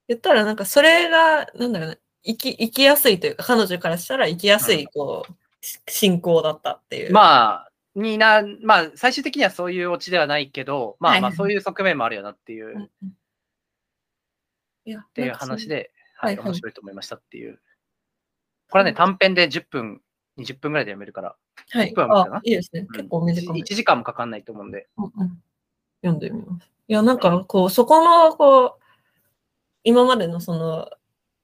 Speaker 2: 言ったらなんかそれが、なんだろうね、生き、生きやすいというか、彼女からしたら生きやすい、こう、し信仰だったっていう。あ、
Speaker 1: まあにな、まあ最終的にはそういうオチではないけど、ま
Speaker 2: は
Speaker 1: あ
Speaker 2: い
Speaker 1: まあそういう側面もあるよなっていう、
Speaker 2: うん
Speaker 1: っ
Speaker 2: うんいや、って
Speaker 1: いう話。で、
Speaker 2: は
Speaker 1: はいい、
Speaker 2: はい
Speaker 1: 面白いと思いましたっていう。これはね、短編で10分、20分ぐらいで読めるから、
Speaker 2: はい
Speaker 1: 一。分あるかな
Speaker 2: あ、いいですね。結構短
Speaker 1: うん
Speaker 2: め。
Speaker 1: 1時間もかかんないと思うんで。
Speaker 2: うんうん読んでみます。いや、なんか、こう、そこの、こう、今までのその、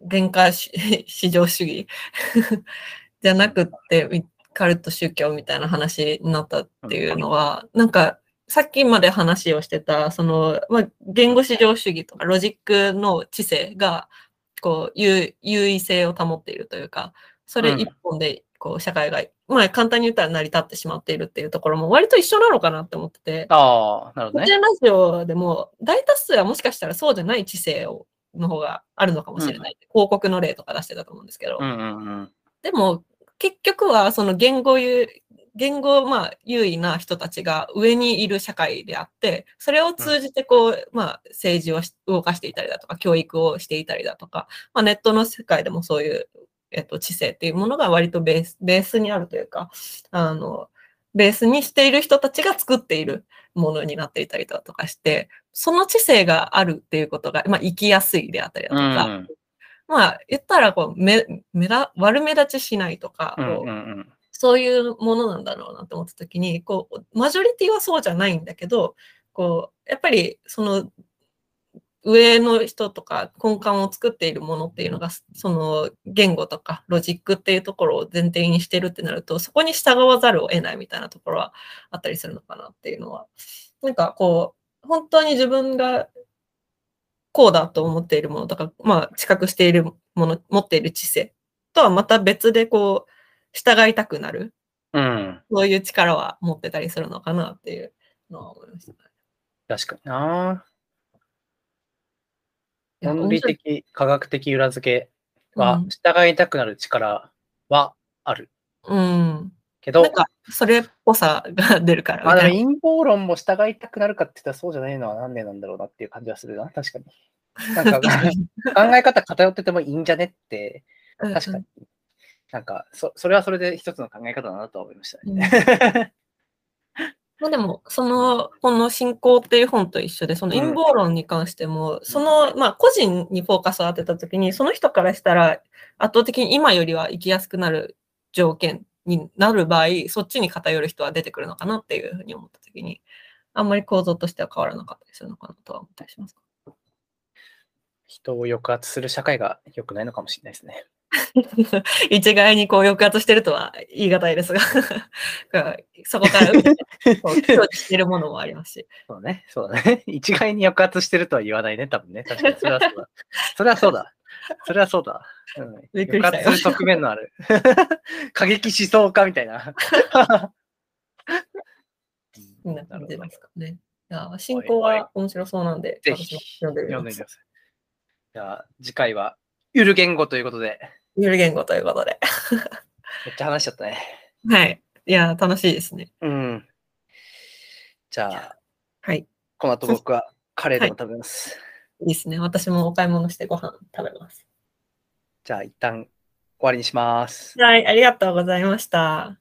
Speaker 2: 限界し至上主義 じゃなくって、みカルト宗教みたいな話になったっていうのは、なんか、さっきまで話をしてた、その、まあ、言語至上主義とか、ロジックの知性が、こう、優優位性を保っているというか、それ
Speaker 1: うん
Speaker 2: 一本で、こう、社会が、まあ、簡単に言ったら成り立ってしまっているっていうところも、割と一緒なのかなって思ってて、
Speaker 1: ああ、なるほど
Speaker 2: 古
Speaker 1: ね。
Speaker 2: 典ラジオでも大多数はもしかしたらそうじゃない知性をの方があるのかもしれない、広告の例とか出してたと思うんですけど、
Speaker 1: うんうんうん。
Speaker 2: でも結局はその言語優言語まあ優位な人たちが上にいる社会であってそれを通じてこう、まあ、政治をし動かしていたりだとか教育をしていたりだとか、まあ、ネットの世界でもそういう、えっと、知性っていうものが割とベースベースにあるというかあのベースにしている人たちが作っているものになっていたりだとかしてその知性があるっていうことが、まあ、生きやすいであったりだ
Speaker 1: う
Speaker 2: とか、
Speaker 1: ん
Speaker 2: まあ、言ったらこう目目だ、悪目立ちしないとか、
Speaker 1: う
Speaker 2: こ
Speaker 1: ん
Speaker 2: う
Speaker 1: うん
Speaker 2: そういうものなんだろうなと思った時に、こう、マジョリティはそうじゃないんだけど、こう、やっぱり、その、上の人とか根幹を作っているものっていうのが、その言語とかロジックっていうところを前提にしてるってなると、そこに従わざるを得ないみたいなところはあったりするのかなっていうのは。なんかこう、本当に自分がこうだと思っているものとか、まあ、知覚しているもの、持っている知性とはまた別でこう、従いたくなる
Speaker 1: うん。うん。
Speaker 2: そういう力は持ってたりするのかなっていうのは思いました。
Speaker 1: 確かにな。
Speaker 2: いや
Speaker 1: 論理
Speaker 2: 面
Speaker 1: 的、科学的裏付け
Speaker 2: う
Speaker 1: は
Speaker 2: ん、
Speaker 1: 従いたくなる力はある
Speaker 2: 白いうん。
Speaker 1: け
Speaker 2: な
Speaker 1: ど
Speaker 2: ん、か、それっぽさが出るから
Speaker 1: まあ
Speaker 2: み
Speaker 1: でも
Speaker 2: たいな。
Speaker 1: 陰謀論も従いたくなるかって言ったらそうじゃないのは何でなんだろうなっていう感じはするな。確 かに。なんか 考え方偏っててもいいんじゃねって、
Speaker 2: うん
Speaker 1: 確かに。なんか、そそれはそれで一つの考え方だなとは思いました
Speaker 2: うん
Speaker 1: ね。
Speaker 2: まあでも、その、この信仰っていう本と一緒で、その陰謀論に関しても、その、まあ個人にフォーカスを当てたときに、その人からしたら圧倒的に今よりは生きやすくなる条件になる場合、そっちに偏る人は出てくるのかなっていうふうに思ったときに、あんまり構造としては変わらなかったりするのかなとは思ったりします。
Speaker 1: 人を抑圧する社会が良くないのかもしれないですね。
Speaker 2: 一概にこう抑圧してるとは言い難いですが そこから受けてこう享受してるものもありますし、
Speaker 1: そうね、そうだね。一概に抑圧してるとは言わないね、多分ね。確かに、それはそうだ。それはそう だ。それはそうだ。うん
Speaker 2: びっくりし
Speaker 1: 抑
Speaker 2: たよ
Speaker 1: 圧する側面のある。 過激思想家みたい な。
Speaker 2: みんな感じ
Speaker 1: な
Speaker 2: で
Speaker 1: る
Speaker 2: すかね。いや進行は面白そうなんで、
Speaker 1: ぜひ
Speaker 2: 私も読んでみ
Speaker 1: 読ん
Speaker 2: ま
Speaker 1: でみて
Speaker 2: す
Speaker 1: く。ださい。じゃあ、次回は、ゆる言語ということで、
Speaker 2: ゆる言語ということで。
Speaker 1: めっちゃ話しちゃったね。
Speaker 2: はい。いや、楽しいですね。
Speaker 1: うん。じゃあ、
Speaker 2: はい。
Speaker 1: この後僕はカレーでも食べます。
Speaker 2: いいですね。私もお買い物してご飯食べます。
Speaker 1: じゃあ、一旦終わりにします。
Speaker 2: はい。ありがとうございました。